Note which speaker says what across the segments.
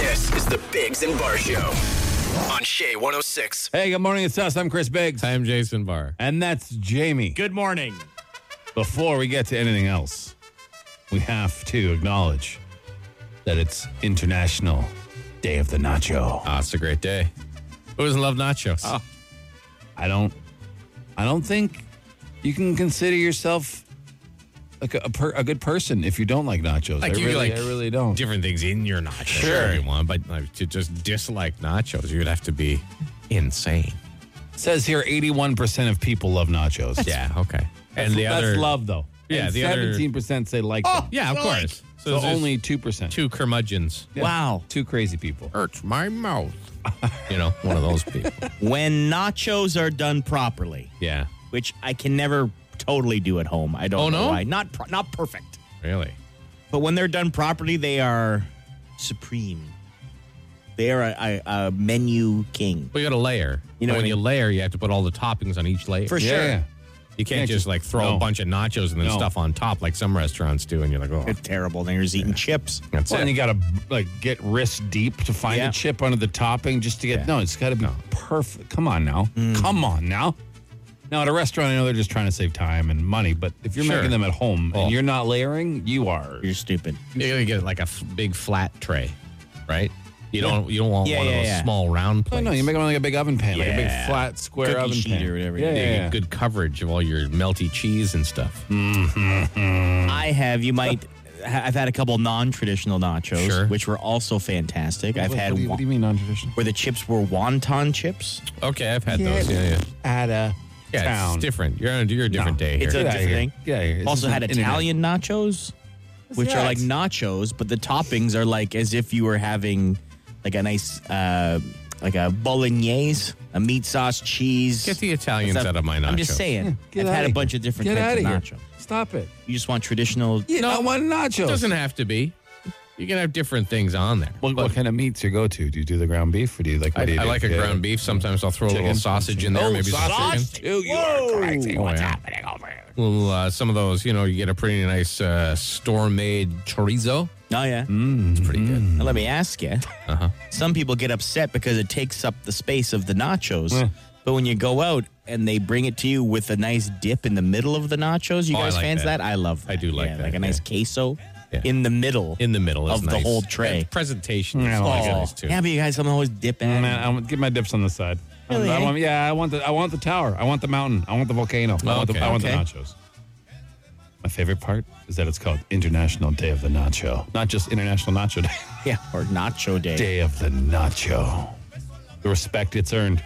Speaker 1: The Biggs and Bar Show on Shea 106.
Speaker 2: Hey, good morning. It's us. I'm Chris Biggs.
Speaker 3: I'm Jason Barr.
Speaker 2: And that's Jamie.
Speaker 4: Good morning.
Speaker 2: Before we get to anything else, we have to acknowledge that it's International Day of the Nacho.
Speaker 3: Ah, it's a great day. Who doesn't love nachos?
Speaker 2: I don't I don't think you can consider yourself like a, a, per, a good person if you don't like nachos. I
Speaker 3: you
Speaker 2: really I really don't.
Speaker 3: Different things in your nachos.
Speaker 2: Sure.
Speaker 3: if you want, but like, to just dislike nachos, you'd have to be insane.
Speaker 2: It says here 81% of people love nachos.
Speaker 3: yeah. Okay. And the
Speaker 2: that's
Speaker 3: other
Speaker 2: love though.
Speaker 3: Yeah,
Speaker 2: And
Speaker 3: the other-
Speaker 2: 17% say like them.
Speaker 3: Yeah, of
Speaker 4: So, like,
Speaker 3: course.
Speaker 2: So,
Speaker 3: there's
Speaker 2: only 2%.
Speaker 3: two curmudgeons.
Speaker 2: Yeah.
Speaker 4: Wow.
Speaker 2: Two crazy people.
Speaker 3: Hurts my mouth. you know, one of those people.
Speaker 4: When nachos are done properly,
Speaker 3: Yeah.
Speaker 4: which I can never totally do at home. I don't
Speaker 3: Oh,
Speaker 4: know
Speaker 3: no?
Speaker 4: why. Not pro- not perfect.
Speaker 3: Really.
Speaker 4: But when they're done properly, they are supreme. They are a, a, a menu king.
Speaker 3: Well, you got to layer.
Speaker 4: You know
Speaker 3: when
Speaker 4: what I
Speaker 3: you
Speaker 4: mean?
Speaker 3: layer, you have to put all the toppings on each layer.
Speaker 4: For
Speaker 2: Yeah,
Speaker 4: sure.
Speaker 2: yeah.
Speaker 3: You can't,
Speaker 2: Can't
Speaker 3: just
Speaker 2: just-
Speaker 3: like throw
Speaker 2: no.
Speaker 3: a bunch of nachos and then
Speaker 2: No.
Speaker 3: stuff on top like some restaurants do, and you're like, oh,
Speaker 4: They're terrible. They're just eating chips.
Speaker 3: that's
Speaker 2: Well,
Speaker 3: it.
Speaker 2: and you gotta like get wrist deep to find
Speaker 4: Yeah.
Speaker 2: a chip under the topping just to get.
Speaker 3: Yeah. Mm.
Speaker 2: No, it's gotta be perfect. Come on now, come on now. Now at a restaurant, I know they're just trying to save time and money, but if you're
Speaker 3: Sure.
Speaker 2: making them at home
Speaker 3: Oh.
Speaker 2: and you're not layering, you are.
Speaker 4: You're stupid.
Speaker 3: You're gonna get like a f- big flat tray, right? You don't you don't want
Speaker 4: Yeah,
Speaker 3: one
Speaker 4: yeah,
Speaker 3: of those
Speaker 4: yeah.
Speaker 3: small round
Speaker 2: No,
Speaker 3: plates.
Speaker 2: no, you make them like a big oven pan, like a big
Speaker 4: Yeah.
Speaker 2: flat square
Speaker 4: Cookie
Speaker 2: oven
Speaker 4: sheet
Speaker 2: pan
Speaker 4: or whatever.
Speaker 2: Yeah,
Speaker 3: You
Speaker 2: yeah,
Speaker 3: get
Speaker 2: yeah.
Speaker 3: good coverage of all your melty cheese and stuff.
Speaker 2: Hmm.
Speaker 4: I have. You might. I've had a couple non-traditional nachos,
Speaker 3: Sure.
Speaker 4: which were also fantastic. I've
Speaker 2: What,
Speaker 4: had
Speaker 2: what, do you, what do you mean non-traditional?
Speaker 4: where the chips were wonton chips.
Speaker 3: Okay, I've had
Speaker 2: Get
Speaker 3: those. Yeah, yeah,
Speaker 2: Out of
Speaker 3: yeah.
Speaker 2: town.
Speaker 3: It's different. You're on you're a different day here.
Speaker 4: It's a
Speaker 2: Get outta
Speaker 4: different
Speaker 2: here.
Speaker 4: thing.
Speaker 2: Get outta here. This
Speaker 4: also
Speaker 2: is
Speaker 4: had
Speaker 2: an internet.
Speaker 4: Italian nachos, which are
Speaker 2: that?
Speaker 4: like nachos, but the toppings are like as if you were having like a nice uh like a bolognese, a meat sauce, cheese.
Speaker 3: Get the Italians
Speaker 4: stuff.
Speaker 3: out of my nachos.
Speaker 4: I'm just saying.
Speaker 2: Get
Speaker 4: I've
Speaker 2: outta
Speaker 4: had a
Speaker 2: here.
Speaker 4: bunch of different
Speaker 2: Get
Speaker 4: types of
Speaker 2: outta
Speaker 4: nacho.
Speaker 2: here. Stop it.
Speaker 4: You just want traditional.
Speaker 2: You no, I want nachos.
Speaker 3: It doesn't have to be. You can have different things on there.
Speaker 2: What,
Speaker 3: But
Speaker 2: what kind of meats you go to? Do you do the ground beef or do you like? What
Speaker 3: I,
Speaker 2: do you
Speaker 3: I
Speaker 2: do?
Speaker 3: like a
Speaker 2: Yeah.
Speaker 3: ground beef. Sometimes I'll throw a little
Speaker 2: Chicken.
Speaker 3: sausage in there.
Speaker 2: Oh,
Speaker 3: maybe some
Speaker 2: sausage?
Speaker 3: chicken.
Speaker 2: Ew, you are crazy.
Speaker 3: Oh,
Speaker 2: What's
Speaker 3: yeah.
Speaker 2: happening over here?
Speaker 3: Well, uh, some of those, you know, you get a pretty nice uh, store-made chorizo.
Speaker 4: Oh yeah.
Speaker 2: Mm.
Speaker 3: It's pretty good.
Speaker 4: Now, let me ask you.
Speaker 3: Uh-huh.
Speaker 4: Some people get upset because it takes up the space of the nachos. But when you go out and they bring it to you with a nice dip in the middle of the nachos, you
Speaker 3: Oh, I
Speaker 4: guys
Speaker 3: like
Speaker 4: fans
Speaker 3: that.
Speaker 4: that? I love that.
Speaker 3: I do like
Speaker 4: Yeah,
Speaker 3: that,
Speaker 4: Like a nice queso
Speaker 3: Yeah.
Speaker 4: in the middle.
Speaker 3: in the middle is
Speaker 4: of the
Speaker 3: nice.
Speaker 4: whole tray.
Speaker 3: And presentation is
Speaker 2: Yeah, I like
Speaker 3: always
Speaker 2: it.
Speaker 3: nice too.
Speaker 4: Yeah, but you guys always dip in.
Speaker 2: Man, I'm get my dips on the side. I-
Speaker 4: Really,
Speaker 2: I,
Speaker 4: eh?
Speaker 2: want, yeah, I want the I want the tower. I want the mountain. I want the volcano. I want,
Speaker 3: Okay.
Speaker 2: the, I want
Speaker 4: Okay.
Speaker 2: the nachos. My favorite part is that it's called International Day of the Nacho, not just International Nacho Day.
Speaker 4: yeah, or nacho day.
Speaker 2: Day of the Nacho. The respect it's earned.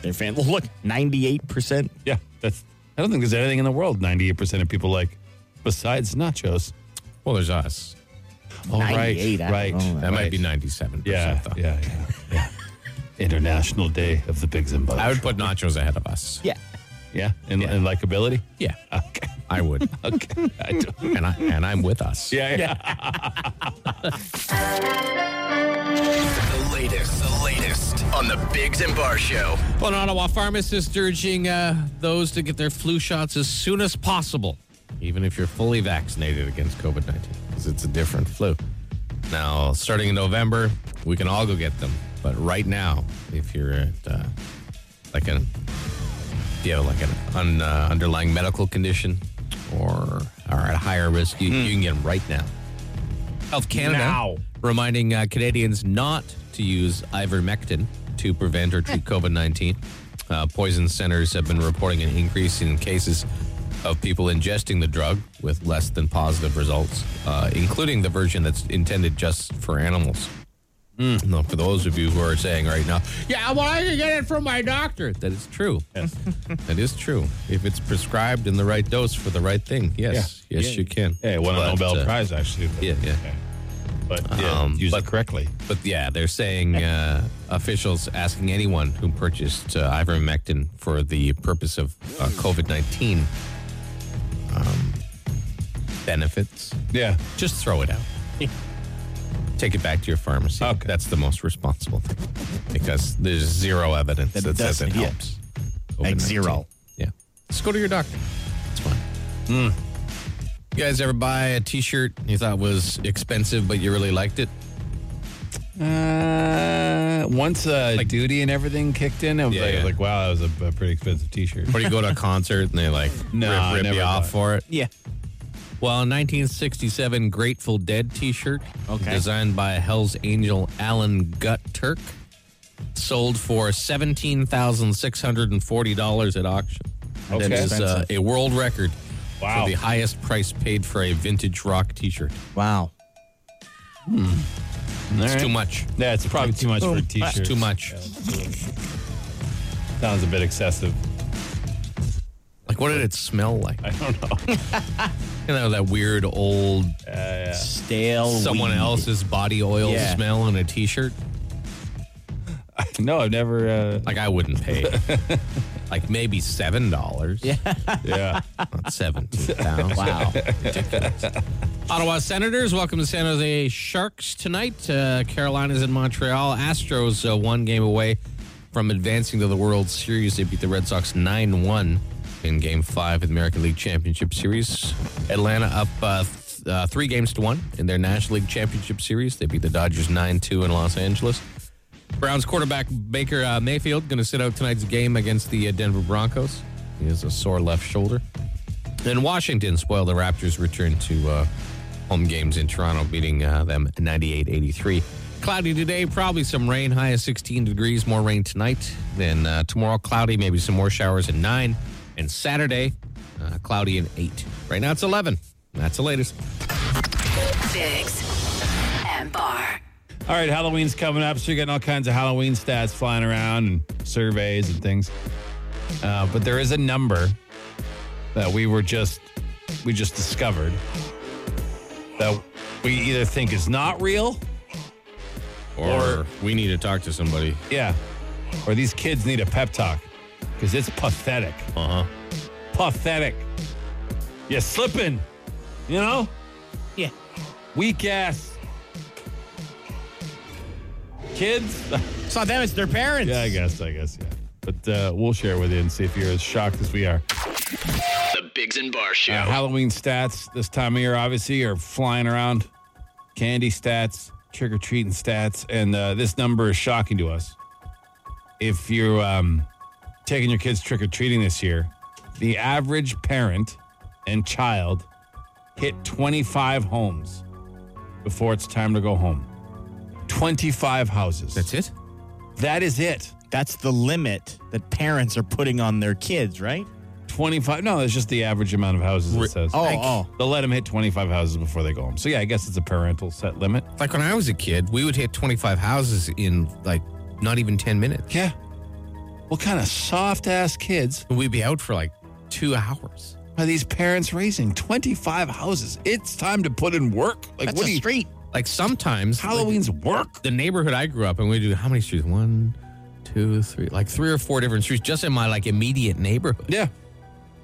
Speaker 4: They're fan. Look, ninety-eight percent.
Speaker 2: Yeah, that's. I don't think there's anything in the world 98% of people like besides nachos.
Speaker 3: Well, there's us.
Speaker 2: Oh, right,
Speaker 4: 98, I don't
Speaker 2: right.
Speaker 4: know.
Speaker 3: That might be 97.
Speaker 2: Yeah,
Speaker 3: though.
Speaker 2: yeah, yeah, yeah. International Day of the Pigs and Bugs.
Speaker 3: I would put nachos ahead of us.
Speaker 4: Yeah,
Speaker 2: yeah, and, and likability.
Speaker 3: Yeah,
Speaker 2: Okay,
Speaker 3: I would,
Speaker 2: okay. I do.
Speaker 3: and I and I'm with us.
Speaker 2: Yeah, yeah.
Speaker 1: The latest, the latest on The Biggs and Bar Show.
Speaker 3: Well, an Ottawa pharmacist urging uh, those to get their flu shots as soon as possible, even if you're fully vaccinated against COVID 19, because it's a different flu. Now, starting in November, we can all go get them. But right now, if you're at uh, like an if you have like an un, uh, underlying medical condition or are at a higher risk, you, you can get them right now. Health Canada
Speaker 2: Now.
Speaker 3: reminding uh, Canadians not to use ivermectin to prevent or treat COVID 19. Uh, poison centers have been reporting an increase in cases of people ingesting the drug with less than positive results, uh, including the version that's intended just for animals.
Speaker 2: Hmm.
Speaker 3: No, for those of you who are saying right now, yeah, well, I can get it from my doctor. That is true. that is true. If it's prescribed in the right dose for the right thing, yes,
Speaker 2: Yeah.
Speaker 3: yes,
Speaker 2: Yeah.
Speaker 3: you can.
Speaker 2: Yeah, it won a
Speaker 3: But,
Speaker 2: Nobel
Speaker 3: uh,
Speaker 2: Prize actually. But,
Speaker 3: yeah, yeah.
Speaker 2: But yeah,
Speaker 3: Um,
Speaker 2: use
Speaker 3: but-
Speaker 2: it correctly.
Speaker 3: But yeah, they're saying uh, officials asking anyone who purchased uh, ivermectin for the purpose of uh, COVID 19 um, benefits,
Speaker 2: Yeah.
Speaker 3: just throw it out. Take it back to your pharmacy.
Speaker 2: Okay.
Speaker 3: That's the most responsible thing because there's zero evidence that,
Speaker 4: That
Speaker 3: says it
Speaker 4: doesn't- yeah.
Speaker 3: helps.
Speaker 4: Like
Speaker 3: COVID-19.
Speaker 4: zero.
Speaker 3: Yeah. Just go to your doctor. It's fine.
Speaker 4: Hmm.
Speaker 3: You guys ever buy a t shirt you thought was expensive, but you really liked it?
Speaker 2: Uh, once uh,
Speaker 3: Like-
Speaker 2: duty and everything kicked in, I was
Speaker 3: Yeah,
Speaker 2: like, I was
Speaker 3: yeah.
Speaker 2: like, wow, that was a, a pretty expensive T-shirt.
Speaker 3: Or you go to a concert and they like
Speaker 2: No, I
Speaker 3: rip, rip
Speaker 2: never
Speaker 3: you off
Speaker 2: thought.
Speaker 3: for it.
Speaker 4: Yeah.
Speaker 3: Well, a 1967 Grateful Dead T-shirt,
Speaker 4: Okay.
Speaker 3: designed by Hell's Angel Alan Gut Turk, sold for seventeen thousand six hundred and forty dollars at auction. That
Speaker 2: Okay.
Speaker 3: is uh, a world record
Speaker 2: Wow.
Speaker 3: for the highest price paid for a vintage rock T-shirt.
Speaker 4: Wow.
Speaker 3: It's too much.
Speaker 2: Yeah, it's probably too much for a T-shirt.
Speaker 3: It's too much.
Speaker 2: Sounds a bit excessive.
Speaker 3: Like, what did it smell like?
Speaker 2: I don't know.
Speaker 3: You know that weird old
Speaker 4: Stale.
Speaker 3: someone
Speaker 4: weed.
Speaker 3: else's body oil
Speaker 4: Yeah.
Speaker 3: smell on a T-shirt.
Speaker 2: no, I've never. Uh,
Speaker 3: Like, I wouldn't pay. like maybe seven dollars. Yeah.
Speaker 2: yeah.
Speaker 3: Not 17,000.
Speaker 4: Wow.
Speaker 3: Ottawa Senators, welcome to San Jose Sharks tonight. Uh, Carolina's in Montreal. Astros uh, one game away from advancing to the World Series. They beat the Red Sox 9 1 in game five of the American League Championship Series. Atlanta up uh, th- uh, three games to one in their National League Championship Series. They beat the Dodgers 9 2 in Los Angeles. Browns quarterback Baker uh, Mayfield going to sit out tonight's game against the uh, Denver Broncos. He has a sore left shoulder. And Washington spoiled the Raptors' return to uh, home games in Toronto, beating uh, them 98 83. Cloudy today, probably some rain, high of 16 degrees, more rain tonight. Then uh, tomorrow, cloudy, maybe some more showers at 9. And Saturday, uh, cloudy and 8. Right now, it's 11. That's the latest.
Speaker 5: Bigs and Bar.
Speaker 2: All right, Halloween's coming up, so you're getting all kinds of Halloween stats flying around and surveys and things. Uh, but there is a number that we were just we just discovered that we either think is not real, Or-
Speaker 3: we need to talk to somebody.
Speaker 2: yeah, or these kids need a pep talk because it's pathetic.
Speaker 3: Uh huh.
Speaker 2: Pathetic. You're slipping, you know,
Speaker 4: yeah.
Speaker 2: weak ass kids.
Speaker 4: It's not them. It's their parents.
Speaker 2: Yeah, I guess, I guess, yeah. But uh, we'll share it with you and see if you're as shocked as we are.
Speaker 1: The Bigs and Bar Show.
Speaker 2: Uh, Halloween stats this time of year, obviously, are flying around. Candy stats, trick or treating stats, and uh, this number is shocking to us. If you're um, taking your kids trick or treating this year, the average parent and child hit 25 homes before it's time to go home. 25 houses.
Speaker 3: That's it?
Speaker 2: That is it.
Speaker 4: That's the limit that parents are putting on their kids, right?
Speaker 2: 25. No, it's just the average amount of houses it says.
Speaker 4: oh, oh.
Speaker 2: They'll let them hit 25 houses before they go home. So, yeah, I guess it's a parental set limit.
Speaker 3: Like when I was a kid, we would hit 25 houses in like not even 10 minutes.
Speaker 2: Yeah. What kind of soft ass kids
Speaker 3: And we'd be out for like two hours.
Speaker 2: are these parents raising? 25 houses. It's time to put in work. Like,
Speaker 4: That's
Speaker 2: what
Speaker 4: a
Speaker 2: do you.
Speaker 4: street.
Speaker 3: Like sometimes like,
Speaker 2: Halloween's work.
Speaker 3: the neighborhood I grew up in, we do how many streets? One, two, three, like three or four different streets just in my like immediate neighborhood.
Speaker 2: Yeah.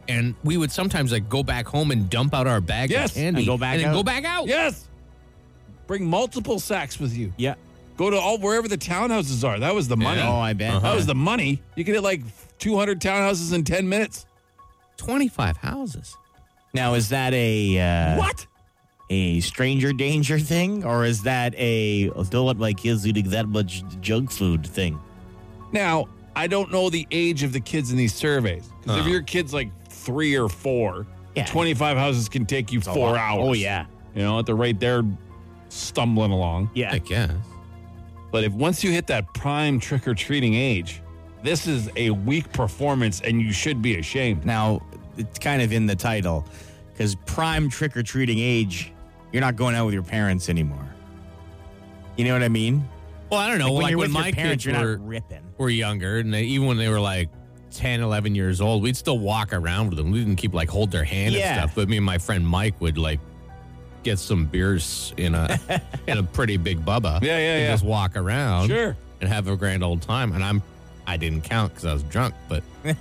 Speaker 3: And we would sometimes like go back home and dump out our bag
Speaker 2: Yes,
Speaker 3: of candy
Speaker 4: and go back
Speaker 3: and then
Speaker 4: out.
Speaker 3: go back out.
Speaker 2: Yes. Bring multiple sacks with you.
Speaker 4: Yeah.
Speaker 2: Go to all wherever the townhouses are. That was the money.
Speaker 4: Oh, I bet.
Speaker 2: That was the money. You could hit like 200 townhouses in 10 minutes.
Speaker 3: 25 houses.
Speaker 4: Now, is that a uh,
Speaker 2: what?
Speaker 4: a stranger danger thing, or is that a don't let my kids eating that much junk food thing?
Speaker 2: Now, I don't know the age of the kids in these surveys. 'Cause if
Speaker 4: Uh-huh.
Speaker 3: Oh.
Speaker 2: your kid's like three or four,
Speaker 4: Yeah.
Speaker 2: 25 houses can take you
Speaker 4: a
Speaker 2: four
Speaker 4: lot.
Speaker 2: hours.
Speaker 4: Oh, yeah.
Speaker 2: You know, at the rate they're stumbling along.
Speaker 4: Yeah.
Speaker 3: I guess.
Speaker 2: But if once you hit that prime trick or treating age, this is a weak performance and you should be ashamed.
Speaker 4: Now, it's kind of in the title because prime trick or treating age, you're not going out with your parents anymore. You know what I mean?
Speaker 3: Well, I don't know. Like,
Speaker 4: you're
Speaker 3: when
Speaker 4: with
Speaker 3: my
Speaker 4: your parents,
Speaker 3: kids
Speaker 4: you're
Speaker 3: were,
Speaker 4: not ripping.
Speaker 3: were younger and they, even when they were like 10, 11 years old, we'd still walk around with them. We didn't keep like hold their hand
Speaker 4: Yeah.
Speaker 3: and stuff. But me and my friend Mike would like get some beers in a in a pretty big bubba.
Speaker 2: Yeah, yeah,
Speaker 3: and
Speaker 2: yeah.
Speaker 3: Just walk around.
Speaker 2: Sure.
Speaker 3: and have a grand old time. And I'm, I didn't count because I was drunk, but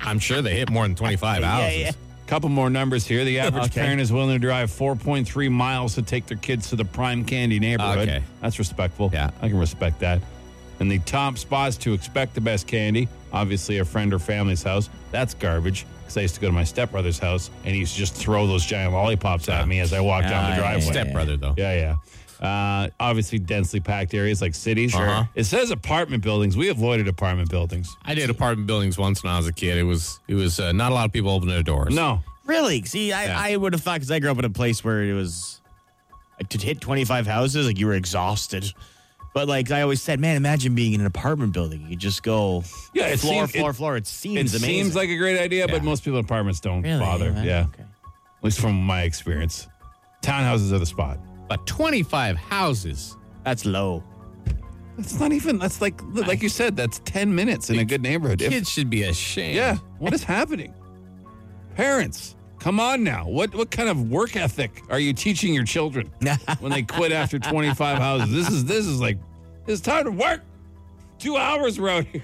Speaker 3: I'm sure they hit more than 25
Speaker 4: Yeah,
Speaker 3: houses.
Speaker 4: yeah.
Speaker 2: Couple more numbers here. The average
Speaker 4: Okay.
Speaker 2: parent is willing to drive 4.3 miles to take their kids to the prime candy neighborhood.
Speaker 3: Okay.
Speaker 2: That's respectful.
Speaker 3: Yeah.
Speaker 2: I can respect that. And the top spots to expect the best candy obviously, a friend or family's house. That's garbage because I used to go to my stepbrother's house and he used to just throw those giant lollipops at me as I walked down the
Speaker 4: Ah, yeah,
Speaker 2: driveway.
Speaker 4: yeah,
Speaker 3: Step brother, though.
Speaker 2: Yeah, yeah. Uh, obviously, densely packed areas like cities.
Speaker 3: Uh-huh.
Speaker 2: It says apartment buildings. We avoided apartment buildings.
Speaker 3: I did apartment buildings once when I was a kid. It was it was uh, not a lot of people opening their doors.
Speaker 2: No,
Speaker 4: Really? See, I,
Speaker 3: Yeah.
Speaker 4: I would have thought because I grew up in a place where it was like to hit 25 houses, like you were exhausted. But like I always said, man, imagine being in an apartment building. You just go
Speaker 2: Yeah, it
Speaker 4: floor,
Speaker 2: seems-
Speaker 4: floor,
Speaker 2: it-
Speaker 4: floor. It
Speaker 2: it
Speaker 4: seems
Speaker 2: seems
Speaker 4: amazing.
Speaker 2: like a great idea,
Speaker 3: Yeah.
Speaker 2: but most people in apartments don't
Speaker 4: Really?
Speaker 2: bother.
Speaker 4: Wow,
Speaker 2: Yeah,
Speaker 4: okay.
Speaker 2: at least from my experience, townhouses are the spot.
Speaker 3: But 25 houses.
Speaker 4: That's low.
Speaker 2: That's not even. That's like like you said. That's ten minutes in a good neighborhood. If-
Speaker 3: Kids should be ashamed.
Speaker 2: yeah, what is happening? Parents, come on now. What what kind of work ethic are you teaching your children when they quit after twenty five houses? This is this is like it's time to work. Two hours we're out here.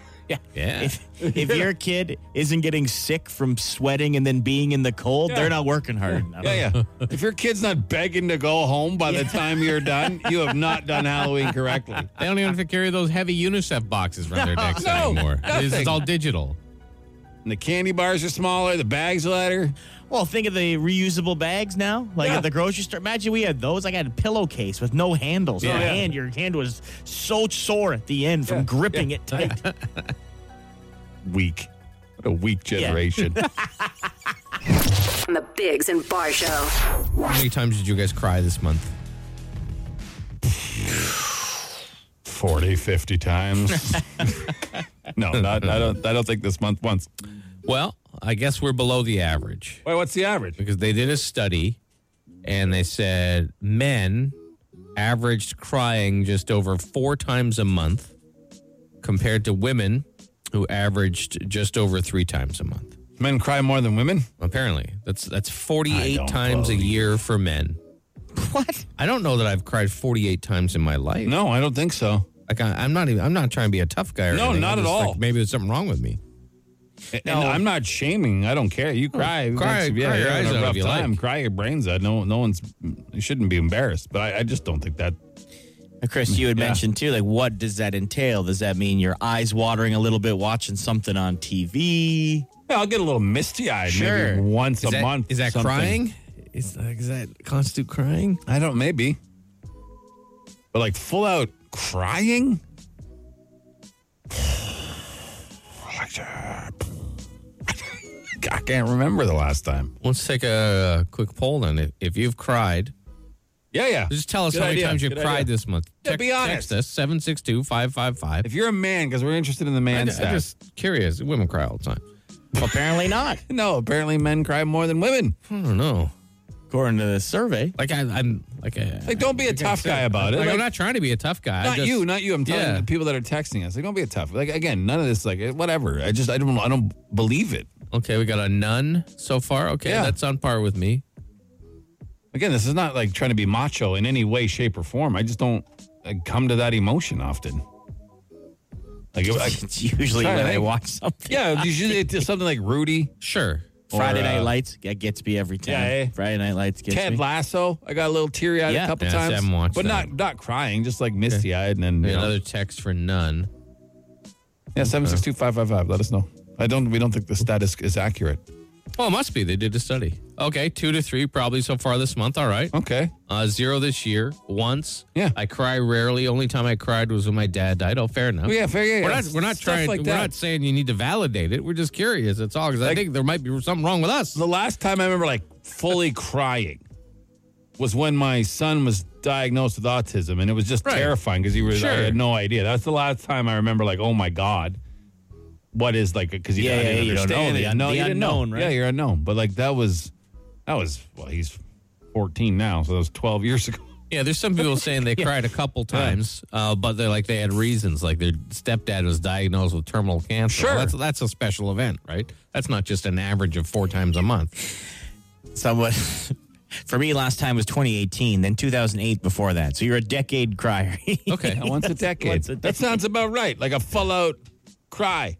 Speaker 3: Yeah.
Speaker 4: If if your kid isn't getting sick from sweating and then being in the cold,
Speaker 2: Yeah.
Speaker 4: they're not working hard enough.
Speaker 2: Yeah, yeah. If your kid's not begging to go home by the time you're done, you have not done Halloween correctly.
Speaker 3: they don't even have to carry those heavy UNICEF boxes around their necks
Speaker 2: No,
Speaker 3: anymore. It's,
Speaker 2: nothing.
Speaker 3: it's all digital.
Speaker 2: And the candy bars are smaller, the bags are lighter.
Speaker 4: Well, think of the reusable bags now, like
Speaker 2: Yeah.
Speaker 4: at the grocery store. Imagine we had those. Like I had a pillowcase with no handles. Your
Speaker 2: Yeah.
Speaker 4: hand, your hand was so sore at the end from
Speaker 2: Yeah.
Speaker 4: gripping it tight.
Speaker 2: Weak. What a weak generation.
Speaker 5: On the Bigs and Bar Show.
Speaker 3: How many times did you guys cry this month?
Speaker 2: 40, 50 times. no, not, I, don't, I don't think this month once.
Speaker 3: Well, I guess we're below the average
Speaker 2: Wait, what's the average?
Speaker 3: because they did a study and they said men averaged crying just over four times a month compared to women who averaged just over three times a month.
Speaker 2: Men cry more than women?
Speaker 3: Apparently, that's that's
Speaker 2: I
Speaker 3: 48
Speaker 2: don't
Speaker 3: times a
Speaker 2: believe-
Speaker 3: year for men. What? I don't know that I've cried 48 times in my life.
Speaker 2: No, I don't think so.
Speaker 3: Like I, I'm not even. I'm not trying to be a tough guy. Or
Speaker 2: No,
Speaker 3: anything.
Speaker 2: not
Speaker 3: I'm
Speaker 2: at
Speaker 3: just
Speaker 2: all.
Speaker 3: Like, maybe there's something wrong with me.
Speaker 2: And I'm not shaming. I don't care. You cry.
Speaker 3: cry-
Speaker 2: That's-
Speaker 3: cry your
Speaker 2: you're having
Speaker 3: eyes
Speaker 2: a
Speaker 3: out if
Speaker 2: rough
Speaker 3: you like.
Speaker 2: time. Cry your brains out. No, no one's, you shouldn't be embarrassed. But I, I just don't think that
Speaker 4: Chris, you had
Speaker 2: Yeah.
Speaker 4: mentioned too, like what does that entail? Does that mean your eyes watering a little bit watching something on TV?
Speaker 2: Yeah, I'll get a little misty eyed
Speaker 3: Sure.
Speaker 2: maybe once a
Speaker 3: that,
Speaker 2: month.
Speaker 3: Is that
Speaker 2: something.
Speaker 3: crying? Is, like, is that constitute crying?
Speaker 2: I don't maybe. But like full out crying? I can't remember the last time.
Speaker 3: Let's take a quick poll then. If, if you've cried,
Speaker 2: Yeah, yeah.
Speaker 3: just tell us
Speaker 2: Good
Speaker 3: how many
Speaker 2: idea,
Speaker 3: times you've
Speaker 2: good
Speaker 3: cried
Speaker 2: idea.
Speaker 3: this month.
Speaker 2: Yeah, be honest.
Speaker 3: Text us seven six two five five five.
Speaker 2: If you're a man, because we're interested in the man
Speaker 3: I'm
Speaker 2: stat.
Speaker 3: just curious. Women cry all the time.
Speaker 4: Apparently not,
Speaker 2: no, apparently men cry more than women.
Speaker 3: I don't know.
Speaker 4: according to this survey.
Speaker 3: Like I, I'm like a
Speaker 2: Like, don't be a tough guy about it.
Speaker 3: Like,
Speaker 2: Like,
Speaker 3: I'm not trying to be a tough guy. I'm
Speaker 2: not
Speaker 3: just-
Speaker 2: you, not you. I'm telling
Speaker 3: Yeah.
Speaker 2: the people that are texting us. Like, don't be a tough. Like again, none of this. Like whatever. I just I don't I don't believe it.
Speaker 3: Okay, we got a nun so far. Okay,
Speaker 2: Yeah.
Speaker 3: that's on par with me.
Speaker 2: Again, this is not like trying to be macho in any way, shape, or form. I just don't like, come to that emotion often. Like, it- like
Speaker 4: It's usually
Speaker 2: Sorry,
Speaker 4: when I
Speaker 2: thank-
Speaker 4: watch something.
Speaker 2: yeah, usually it's just something like Rudy,
Speaker 3: Sure.
Speaker 4: Friday
Speaker 2: Or, uh,
Speaker 4: Night Lights that gets me every time.
Speaker 2: Yeah, eh?
Speaker 4: Friday Night Lights gets
Speaker 2: Ted
Speaker 4: me.
Speaker 2: Lasso. I got a little teary eyed
Speaker 4: Yeah.
Speaker 2: a couple
Speaker 3: Yeah, see, I
Speaker 2: times,
Speaker 3: haven't watched
Speaker 2: but
Speaker 3: that.
Speaker 2: not not crying, just like misty eyed, and then you know,
Speaker 3: Another text for nun.
Speaker 2: yeah, seven six two five five five. Let us know. I don't. We don't think the stat is, is accurate.
Speaker 3: Oh, it must be. They did a study. Okay, two to three probably so far this month. All right.
Speaker 2: Okay.
Speaker 3: Uh, zero this year. Once.
Speaker 2: Yeah.
Speaker 3: I cry rarely. Only time I cried was when my dad died. Oh, fair enough.
Speaker 2: Well, yeah, fair. Yeah,
Speaker 3: We're
Speaker 2: yeah.
Speaker 3: not. We're not
Speaker 2: Stuff
Speaker 3: trying.
Speaker 2: Like
Speaker 3: we're
Speaker 2: that.
Speaker 3: not saying you need to validate it. We're just curious. That's all. Because I
Speaker 2: Like-
Speaker 3: think there might be something wrong with us.
Speaker 2: the last time I remember like fully crying was when my son was diagnosed with autism, and it was just
Speaker 3: Right.
Speaker 2: terrifying because he was. I
Speaker 3: Sure.
Speaker 2: had no idea. That's the last time I remember. Like, oh my god, what is like? Because you,
Speaker 4: Yeah,
Speaker 2: I
Speaker 4: yeah,
Speaker 2: didn't
Speaker 4: you don't know.
Speaker 2: understand
Speaker 4: The
Speaker 2: it.
Speaker 4: un-
Speaker 2: no,
Speaker 4: the
Speaker 2: you didn't know.
Speaker 4: unknown, right?
Speaker 2: Yeah, you're unknown. But like that was, that was. Well, he's 14 now, so that was 12 years ago.
Speaker 3: Yeah, there's some people saying they cried a couple times, uh, but they're like they had reasons. Like their stepdad was diagnosed with terminal cancer.
Speaker 2: Sure.
Speaker 3: that's that's a special event, right? That's not just an average of four times a month.
Speaker 4: somewhat for me last time was 2018 then 2008 before that so you're a decade crier
Speaker 3: Okay,
Speaker 2: Yeah, once a decade.
Speaker 4: Once a
Speaker 2: That sounds about right. Like a full out cry.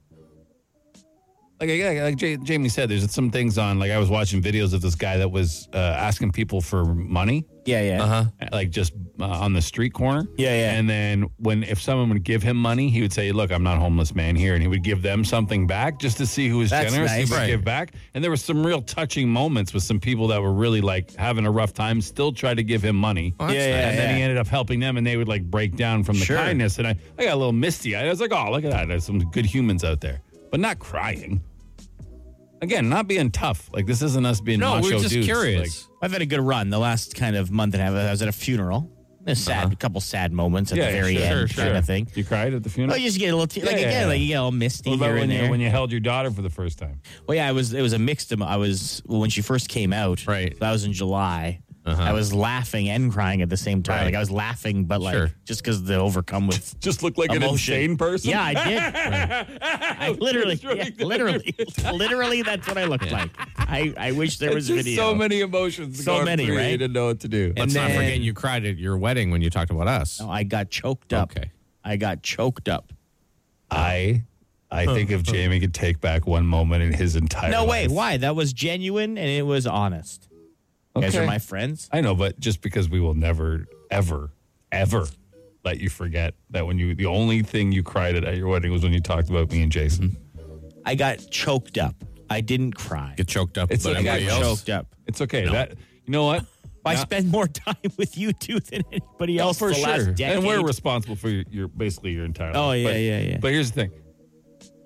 Speaker 2: Like, yeah, like Ja- Jamie said, there's some things on. Like I was watching videos of this guy that was uh, asking people for money,
Speaker 4: Yeah, yeah. Uh-huh.
Speaker 2: like just uh, on the street corner.
Speaker 4: Yeah, yeah.
Speaker 2: And then when if someone would give him money, he would say, "Look, I'm not a homeless man here," and he would give them something back just to see who was
Speaker 4: That's
Speaker 2: generous.
Speaker 4: nice.
Speaker 2: He would
Speaker 4: Right.
Speaker 2: give back, and there were some real touching moments with some people that were really like having a rough time. Still tried to give him money.
Speaker 3: that's
Speaker 4: yeah, yeah,
Speaker 2: and then
Speaker 4: yeah.
Speaker 2: he ended up helping them, and they would like break down from the
Speaker 4: Sure.
Speaker 2: kindness. And I, I got a little misty. I was like, "Oh, look at that! There's some good humans out there," but not crying. Again, not being tough. Like this isn't us being
Speaker 3: No,
Speaker 2: macho
Speaker 3: we're just
Speaker 2: dudes.
Speaker 3: curious.
Speaker 4: I've had a good run the last kind of month and a half. I was at a funeral. A sad, a couple sad moments at
Speaker 2: Like,
Speaker 4: the very
Speaker 2: Uh-huh. sure,
Speaker 4: end,
Speaker 2: sure,
Speaker 4: kind
Speaker 2: sure.
Speaker 4: of thing.
Speaker 2: You cried at the funeral.
Speaker 4: Well, you just get a little, te- like
Speaker 2: Yeah, yeah,
Speaker 4: again,
Speaker 2: yeah.
Speaker 4: like you get all misty
Speaker 2: What about
Speaker 4: here
Speaker 2: when
Speaker 4: and
Speaker 2: you,
Speaker 4: there.
Speaker 2: when you held your daughter for the first time?
Speaker 4: Well, yeah, I was. It was a mixed. emo- I was well, when she first came out.
Speaker 3: Right.
Speaker 4: That was in July.
Speaker 2: Uh-huh.
Speaker 4: I was laughing and crying at the same time.
Speaker 3: Right.
Speaker 4: Like I was laughing, but like
Speaker 3: Sure.
Speaker 4: just because they're overcome with
Speaker 2: Just looked like
Speaker 4: emotion.
Speaker 2: an insane person.
Speaker 4: Yeah, I did. I literally, yeah, literally, literally, that's what I looked like. I, I wish there was
Speaker 2: Just
Speaker 4: video.
Speaker 2: so many emotions.
Speaker 4: So
Speaker 2: going
Speaker 4: many,
Speaker 2: through you,
Speaker 4: right?
Speaker 2: You didn't know what to do.
Speaker 3: Let's
Speaker 4: And
Speaker 3: not
Speaker 4: then-
Speaker 3: forget you cried at your wedding when you talked about us.
Speaker 4: No, I got choked up.
Speaker 3: Okay.
Speaker 4: I got choked up.
Speaker 2: I, I think if Jamie could take back one moment in his entire
Speaker 4: No way.
Speaker 2: life-
Speaker 4: Why? That was genuine and it was honest. You guys
Speaker 2: Okay.
Speaker 4: are my friends.
Speaker 2: I know, but just because we will never, ever, ever let you forget that when you the only thing you cried at at your wedding was when you talked about me and Jason.
Speaker 4: Mm-hmm. I got choked up. I didn't cry.
Speaker 3: Get choked up,
Speaker 2: It's
Speaker 3: but
Speaker 2: okay.
Speaker 4: I
Speaker 3: everybody
Speaker 4: got
Speaker 3: else.
Speaker 4: choked up.
Speaker 2: It's okay. That you know what.
Speaker 4: I
Speaker 2: Now-
Speaker 4: spend more time with you two than anybody else for the last decade.
Speaker 2: And we're responsible for your, your basically your entire.
Speaker 4: Oh,
Speaker 2: life.
Speaker 4: yeah,
Speaker 2: but,
Speaker 4: yeah, yeah.
Speaker 2: But here's the thing.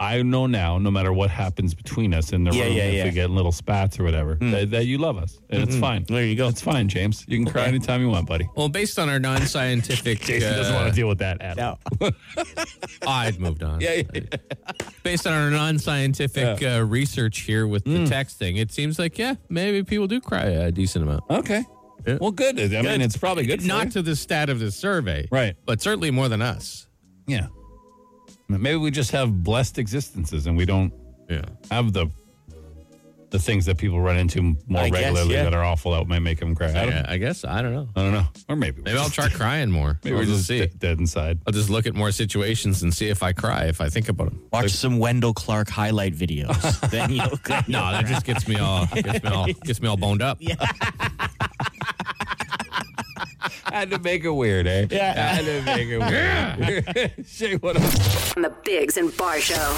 Speaker 2: I know now, no matter what happens between us in the
Speaker 4: Yeah,
Speaker 2: room, if
Speaker 4: yeah, yeah. Mm. Mm-hmm.
Speaker 2: we get in little spats or whatever, that, that you love us and it's fine.
Speaker 4: There you go.
Speaker 2: It's fine, James. You can cry anytime you want, buddy.
Speaker 3: Well, based on our non-scientific,
Speaker 2: Jason doesn't
Speaker 3: uh,
Speaker 2: want to deal with that at all.
Speaker 4: no.
Speaker 3: I'd moved on.
Speaker 2: Yeah, yeah,
Speaker 3: Based on our non-scientific uh, research here with
Speaker 2: Mm.
Speaker 3: the text thing, it seems like yeah, maybe people do cry a decent amount.
Speaker 2: yeah. Okay.
Speaker 3: Yeah.
Speaker 2: Well, good. I mean, it's probably good. For
Speaker 3: Not
Speaker 2: you.
Speaker 3: to the stat of the survey,
Speaker 2: Right.
Speaker 3: But certainly more than us.
Speaker 2: Yeah. Maybe we just have blessed existences and we don't
Speaker 3: Yeah.
Speaker 2: have the the things that people run into more
Speaker 4: I guess,
Speaker 2: regularly
Speaker 4: yeah.
Speaker 2: that are awful that might make them cry. I don't,
Speaker 3: Yeah, I guess I don't know.
Speaker 2: I don't know. Or maybe we
Speaker 3: Maybe I'll
Speaker 2: just-
Speaker 3: try crying more.
Speaker 2: Maybe
Speaker 3: I'll
Speaker 2: we're just
Speaker 3: see.
Speaker 2: de- dead inside.
Speaker 3: I'll just look at more situations and see if I cry if I think about them.
Speaker 4: Watch some Wendell Clark highlight videos. then you'll
Speaker 3: No, that just gets me all gets me all gets me all boned up.
Speaker 2: Had to make it weird, eh? Yeah. Had to make it weird. Shay, what up?
Speaker 5: On the Bigs and Bar Show.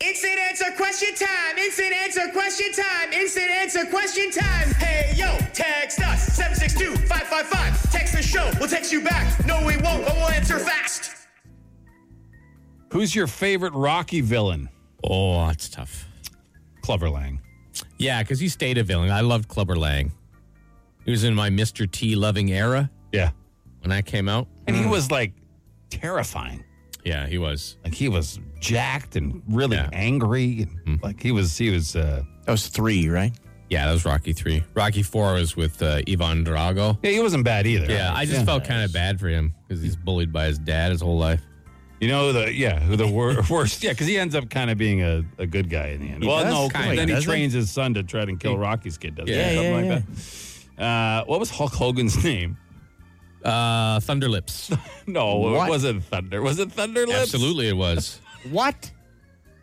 Speaker 6: Instant answer question time. Instant answer question time. Instant answer question time. Hey yo, text us 762-555. Text the show. We'll text you back. No, we won't, but we'll answer fast.
Speaker 2: Who's your favorite Rocky villain?
Speaker 3: Oh, it's tough.
Speaker 2: Clever Lang.
Speaker 3: Yeah, because he stayed a villain. I loved Clubber Lang. He was in my Mr. T loving era
Speaker 2: Yeah.
Speaker 3: when I came out.
Speaker 2: And he was like terrifying.
Speaker 3: Yeah, he was.
Speaker 2: Like he was jacked and really
Speaker 3: Yeah. Hmm.
Speaker 2: angry. And, Like he was, he was, uh,
Speaker 4: That was three, right?
Speaker 3: Yeah, that was Rocky three. Rocky four was with uh, Ivan Drago.
Speaker 2: yeah, he wasn't bad either.
Speaker 3: Yeah, I just felt kind of bad for him because he's bullied by his dad his whole life.
Speaker 2: You know, the, yeah, who the wor- worst. Yeah, because he ends up kind of being a, a good guy in the end. well,
Speaker 4: does
Speaker 2: no, 'cause
Speaker 3: kinda,
Speaker 2: then he
Speaker 3: doesn't he?
Speaker 2: trains his son to try and kill Rocky's kid, doesn't
Speaker 3: Yeah,
Speaker 2: he?
Speaker 4: yeah,
Speaker 2: Something like that. Uh, what was Hulk Hogan's name?
Speaker 3: Uh, Thunderlips.
Speaker 2: No,
Speaker 4: What?
Speaker 2: it wasn't Thunder. Was it Thunderlips?
Speaker 3: Absolutely, it was.
Speaker 4: What?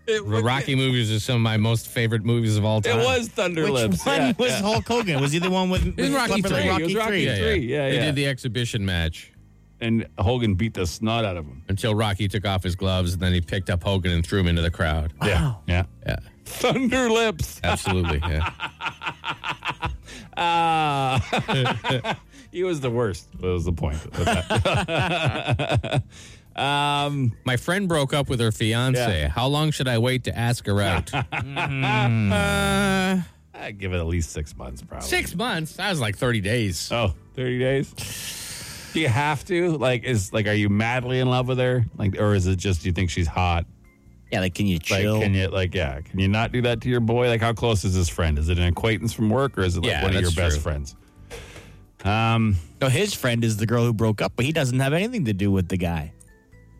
Speaker 2: It,
Speaker 3: The Rocky movies are some of my most favorite movies of all
Speaker 2: It
Speaker 3: time.
Speaker 2: was Thunderlips.
Speaker 4: Which one was Hulk Hogan? Was he the one with, with
Speaker 3: It was Rocky
Speaker 4: Clubber Lang?
Speaker 3: III. It
Speaker 4: Rocky
Speaker 2: was Rocky
Speaker 4: III.
Speaker 2: III. yeah,
Speaker 3: They
Speaker 2: yeah.
Speaker 3: did the exhibition match
Speaker 2: And Hogan beat the snot out of him.
Speaker 3: until Rocky took off his gloves and then he picked up Hogan and threw him into the crowd.
Speaker 2: Yeah. Yeah.
Speaker 3: Yeah,
Speaker 2: Thunderlips.
Speaker 3: absolutely. Yeah.
Speaker 2: Ah. he was the worst. That was the point. of that. um,
Speaker 3: My friend broke up with her fiance.
Speaker 2: Yeah.
Speaker 3: How long should I wait to ask her out? Mm, uh,
Speaker 2: I'd give it at least six months, probably.
Speaker 3: six months. That was like 30 days.
Speaker 2: Oh, 30 days? Do you have to? Like, is like, are you madly in love with her? Like, or is it just do you think she's hot?
Speaker 4: Yeah, like can you
Speaker 2: Like,
Speaker 4: chill?
Speaker 2: can you like, yeah, can you not do that to your boy? Like, how close is this friend? Is it an acquaintance from work, or is it like
Speaker 3: Yeah,
Speaker 2: one of your
Speaker 3: that's
Speaker 2: best
Speaker 3: true.
Speaker 2: friends? Um,
Speaker 4: no, his friend is the girl who broke up, but he doesn't have anything to do with the guy.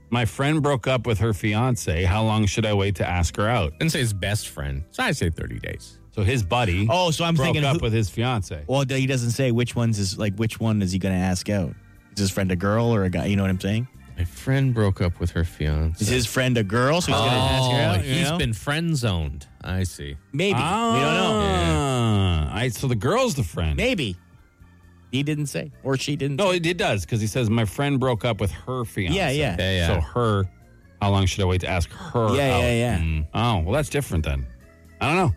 Speaker 2: my friend broke up with her fiance. How long should I wait to ask her out?
Speaker 3: Didn't say his best friend. So I say 30 days.
Speaker 2: So his buddy.
Speaker 4: Oh, so I'm
Speaker 2: broke
Speaker 4: thinking
Speaker 2: up
Speaker 4: who-
Speaker 2: with his fiance.
Speaker 4: Well, he doesn't say which one's his like which one is he going to ask out? Is his friend a girl or a guy? You know what I'm saying?
Speaker 3: My friend broke up with her fiance.
Speaker 4: Is his friend a girl? So he's going to ask her
Speaker 3: Oh,
Speaker 4: out. you
Speaker 3: he's
Speaker 4: know?
Speaker 3: been friend zoned. I see.
Speaker 4: maybe we don't know.
Speaker 2: Ah, I, so the girl's the friend.
Speaker 4: Maybe He didn't say, or she didn't.
Speaker 2: No, it, it does because he says my friend broke up with her fiance.
Speaker 4: Yeah, yeah.
Speaker 3: Yeah, yeah.
Speaker 2: So her, how long should I wait to ask her?
Speaker 4: Yeah,
Speaker 2: out?
Speaker 4: yeah, yeah.
Speaker 2: Oh, well, that's different then. I don't know.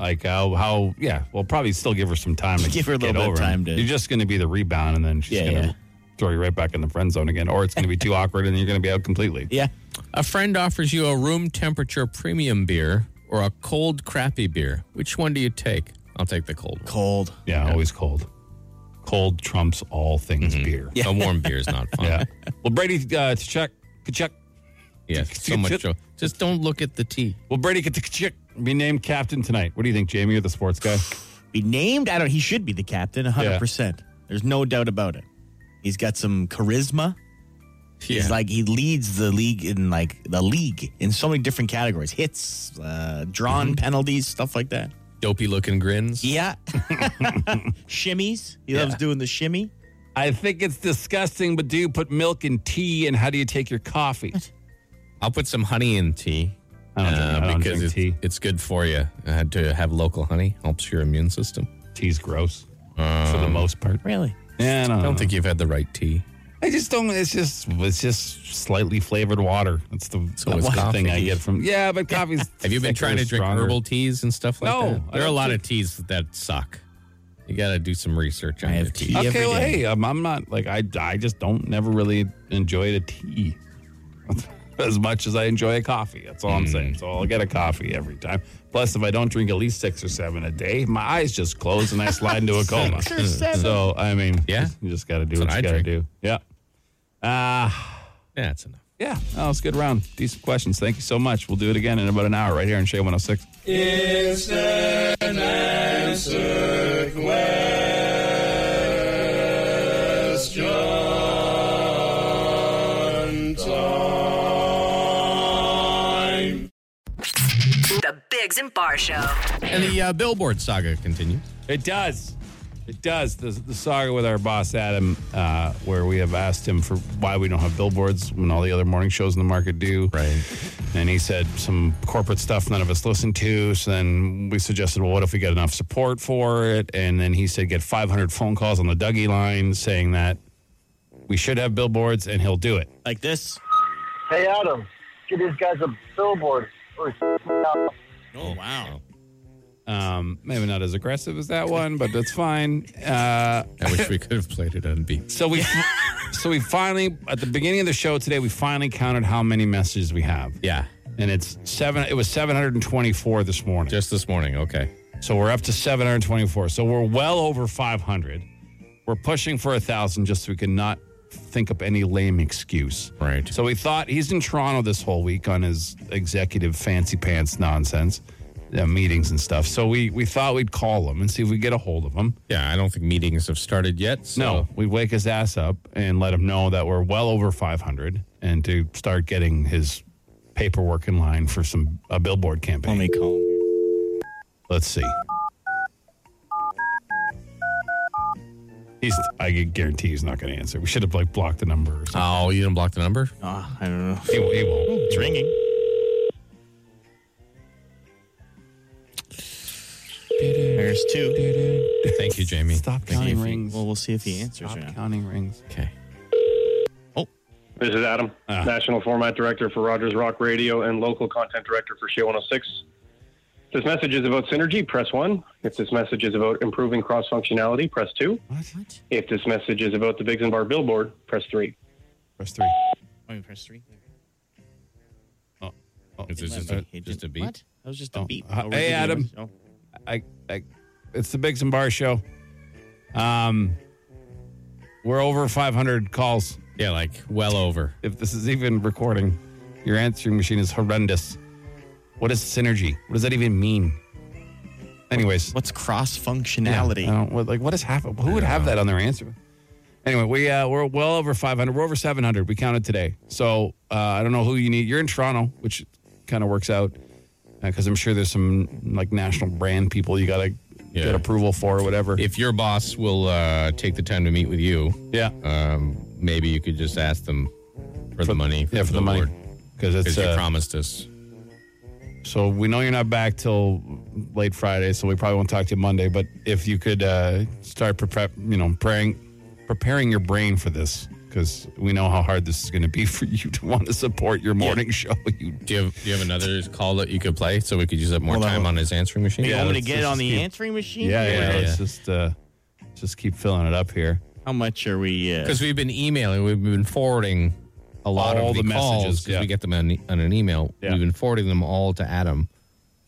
Speaker 2: Like how how yeah, we'll probably still give her some time. To
Speaker 4: Give her a
Speaker 2: get
Speaker 4: little bit of
Speaker 2: over it.
Speaker 4: time to-
Speaker 2: You're just going to be the rebound, and then she's
Speaker 4: Yeah,
Speaker 2: going to
Speaker 4: yeah.
Speaker 2: throw you right back in the friend zone again, or it's going to be too awkward, and you're going to be out completely.
Speaker 4: Yeah.
Speaker 3: A friend offers you a room temperature premium beer or a cold crappy beer. Which one do you take? I'll take the cold one.
Speaker 4: Cold.
Speaker 2: Yeah, always cold. Cold trumps all things beer.
Speaker 3: A warm beer is not fun.
Speaker 2: Yeah. Well, Brady uh, Kachuk, Kachuk.
Speaker 3: Yeah, so much. joy. Just don't look at the tea.
Speaker 2: Will Brady Kachuk be named captain tonight? What do you think, Jamie? You're the sports guy.
Speaker 4: Be named? I don't He should be the captain, 100%. There's no doubt about it. He's got some charisma. He's like, he leads the league in like the league in so many different categories hits, uh, drawn
Speaker 2: Mm-hmm.
Speaker 4: penalties, stuff like that.
Speaker 3: dopey looking grins.
Speaker 4: Yeah. Shimmies. He loves doing the shimmy.
Speaker 2: I think it's disgusting, but do you put milk in tea? And how do you take your coffee?
Speaker 3: I'll put some honey in tea
Speaker 2: I don't drink- I don't
Speaker 3: because
Speaker 2: drink
Speaker 3: it's,
Speaker 2: tea.
Speaker 3: it's good for you. I had to have local honey helps your immune system. Um,
Speaker 2: Tea's gross for the most part. Uh,
Speaker 4: Really?
Speaker 2: Yeah, I don't,
Speaker 3: I
Speaker 2: know.
Speaker 3: don't think you've had the right tea.
Speaker 2: I just don't. It's just it's just slightly flavored water. That's the
Speaker 3: always
Speaker 2: one
Speaker 3: coffee.
Speaker 2: thing I get from. Yeah, but coffee's.
Speaker 3: Have you been
Speaker 2: thicker,
Speaker 3: trying to drink
Speaker 2: stronger.
Speaker 3: herbal teas and stuff like
Speaker 2: No,
Speaker 3: that?
Speaker 2: I
Speaker 3: There are a
Speaker 2: don't
Speaker 3: lot
Speaker 2: drink-
Speaker 3: of teas that suck. You got to do some research on
Speaker 4: I
Speaker 3: your
Speaker 4: have
Speaker 3: tea.
Speaker 4: tea. every
Speaker 2: Okay, well,
Speaker 4: day.
Speaker 2: hey, um, I'm not like I. I just don't never really enjoy a tea as much as I enjoy a coffee. That's all I'm saying. So I'll get a coffee every time. Plus, if I don't drink at least six or seven a day, my eyes just close and I slide into a coma.
Speaker 4: Six or seven.
Speaker 2: So I mean,
Speaker 3: Yeah.
Speaker 2: you just got to do what
Speaker 3: That's what
Speaker 2: you
Speaker 3: I
Speaker 2: got to
Speaker 3: drink.
Speaker 2: do. Yeah.
Speaker 3: Yeah, that's enough.
Speaker 2: Yeah, that was a good round. Decent questions. Thank you so much. We'll do it again in about an hour right here on oh Shea 106.
Speaker 5: The Bigs and Bar Show.
Speaker 3: And the uh, billboard saga continues.
Speaker 2: It does. It does. The, the saga with our boss, Adam, uh, where we have asked him for why we don't have billboards when all the other morning shows in the market do.
Speaker 3: Right.
Speaker 2: And he said some corporate stuff none of us listen to. So then we suggested, well, what if we get enough support for it? And then he said, get 500 phone calls on the Dougie line saying that we should have billboards and he'll do it.
Speaker 4: Like this.
Speaker 7: Hey Adam, give these guys a billboard or
Speaker 4: Oh, wow.
Speaker 2: Um, maybe not as aggressive as that one, but that's fine. Uh,
Speaker 3: I wish we could have played it on beat.
Speaker 2: So we, so we finally at the beginning of the show today, we finally counted how many messages we have.
Speaker 3: Yeah,
Speaker 2: and it's seven. It was seven hundred and twenty-four this morning.
Speaker 3: just this morning. Okay.
Speaker 2: so we're up to seven hundred twenty-four. So we're well over five hundred. We're pushing for a thousand, just so we can not think up any lame excuse.
Speaker 3: Right.
Speaker 2: So we thought he's in Toronto this whole week on his executive fancy pants nonsense, uh, meetings and stuff. So we we thought we'd call him and see if we could get a hold of him.
Speaker 3: Yeah, I don't think meetings have started yet. So
Speaker 2: No, we wake his ass up and let him know that we're well over 500 and to start getting his paperwork in line for some a billboard campaign.
Speaker 4: Let me call him.
Speaker 2: Let's see. He's I can guarantee he's not going to answer. We should have like blocked the number or something.
Speaker 3: Oh, you didn't block the number?
Speaker 4: Oh, I don't know.
Speaker 2: He, won't- he won't.
Speaker 4: It's ringing. There's two.
Speaker 3: Thank you, Jamie.
Speaker 2: Stop
Speaker 3: Thank
Speaker 2: counting
Speaker 3: you.
Speaker 2: rings.
Speaker 4: Well, we'll see if he answers
Speaker 2: Stop
Speaker 4: or not.
Speaker 2: counting rings.
Speaker 3: Okay.
Speaker 8: This is Adam, National Format Director for Rogers Rock Radio and Local Content Director for Shea 106. If this message is about synergy, press 1. If this message is about improving cross functionality, press 2.
Speaker 2: What?
Speaker 8: If this message is about the Bigs and Bar billboard, press 3.
Speaker 2: Press 3.
Speaker 4: Let me press three.
Speaker 3: Is this
Speaker 4: Let
Speaker 3: just
Speaker 4: me-
Speaker 3: a,
Speaker 4: it
Speaker 3: just a
Speaker 4: didn't-
Speaker 3: beat?
Speaker 4: What? That was just a
Speaker 2: Oh.
Speaker 4: beat.
Speaker 2: Uh,
Speaker 4: Oh,
Speaker 2: hey,
Speaker 4: we're
Speaker 2: Adam.
Speaker 4: doing- oh.
Speaker 2: I, I, it's the Bigs and Bar show. Um, we're over 500 calls.
Speaker 3: Yeah, like well over.
Speaker 2: If this is even recording, your answering machine is horrendous. What is synergy? What does that even mean? Anyways,
Speaker 4: What's cross
Speaker 2: yeah,
Speaker 4: functionality?
Speaker 2: I don't, what, like what is half? Who would have that on their answer? Anyway, we uh, we're well over 500. We're over 700. We counted today, so uh, I don't know who you need. You're in Toronto, which kind of works out because I'm sure there's some like national brand people you gotta
Speaker 3: Yeah.
Speaker 2: get approval for or whatever.
Speaker 3: If your boss will uh, take the time to meet with you,
Speaker 2: yeah,
Speaker 3: um, maybe you could just ask them for, the money.
Speaker 2: yeah, for the money
Speaker 3: billboard.
Speaker 2: because it's
Speaker 3: Because you
Speaker 2: uh,
Speaker 3: promised us.
Speaker 2: So we know you're not back till late Friday, so we probably won't talk to you Monday. But if you could uh, start prep, you know, praying, preparing your brain for this, because we know how hard this is going to be for you to want to support your morning show. You
Speaker 3: Do you have Do you have another call that you could play so we could use up more
Speaker 4: Hold on,
Speaker 3: time
Speaker 4: hold
Speaker 3: on his answering machine?
Speaker 4: You
Speaker 2: Yeah,
Speaker 4: want me to
Speaker 2: let's-
Speaker 4: get
Speaker 2: let's
Speaker 4: it on
Speaker 2: just
Speaker 4: the
Speaker 2: keep-
Speaker 4: answering machine?
Speaker 2: yeah, yeah,
Speaker 3: Yeah,
Speaker 2: Let's
Speaker 3: yeah.
Speaker 2: just uh, just keep filling it up here.
Speaker 4: How much are we? Uh,
Speaker 3: because we've been emailing, we've been forwarding a lot
Speaker 2: All
Speaker 3: of the,
Speaker 2: the
Speaker 3: calls
Speaker 2: messages,
Speaker 3: 'cause
Speaker 2: yeah.
Speaker 3: we get them on, e, on an email.
Speaker 2: Yeah.
Speaker 3: We've been forwarding them all to Adam,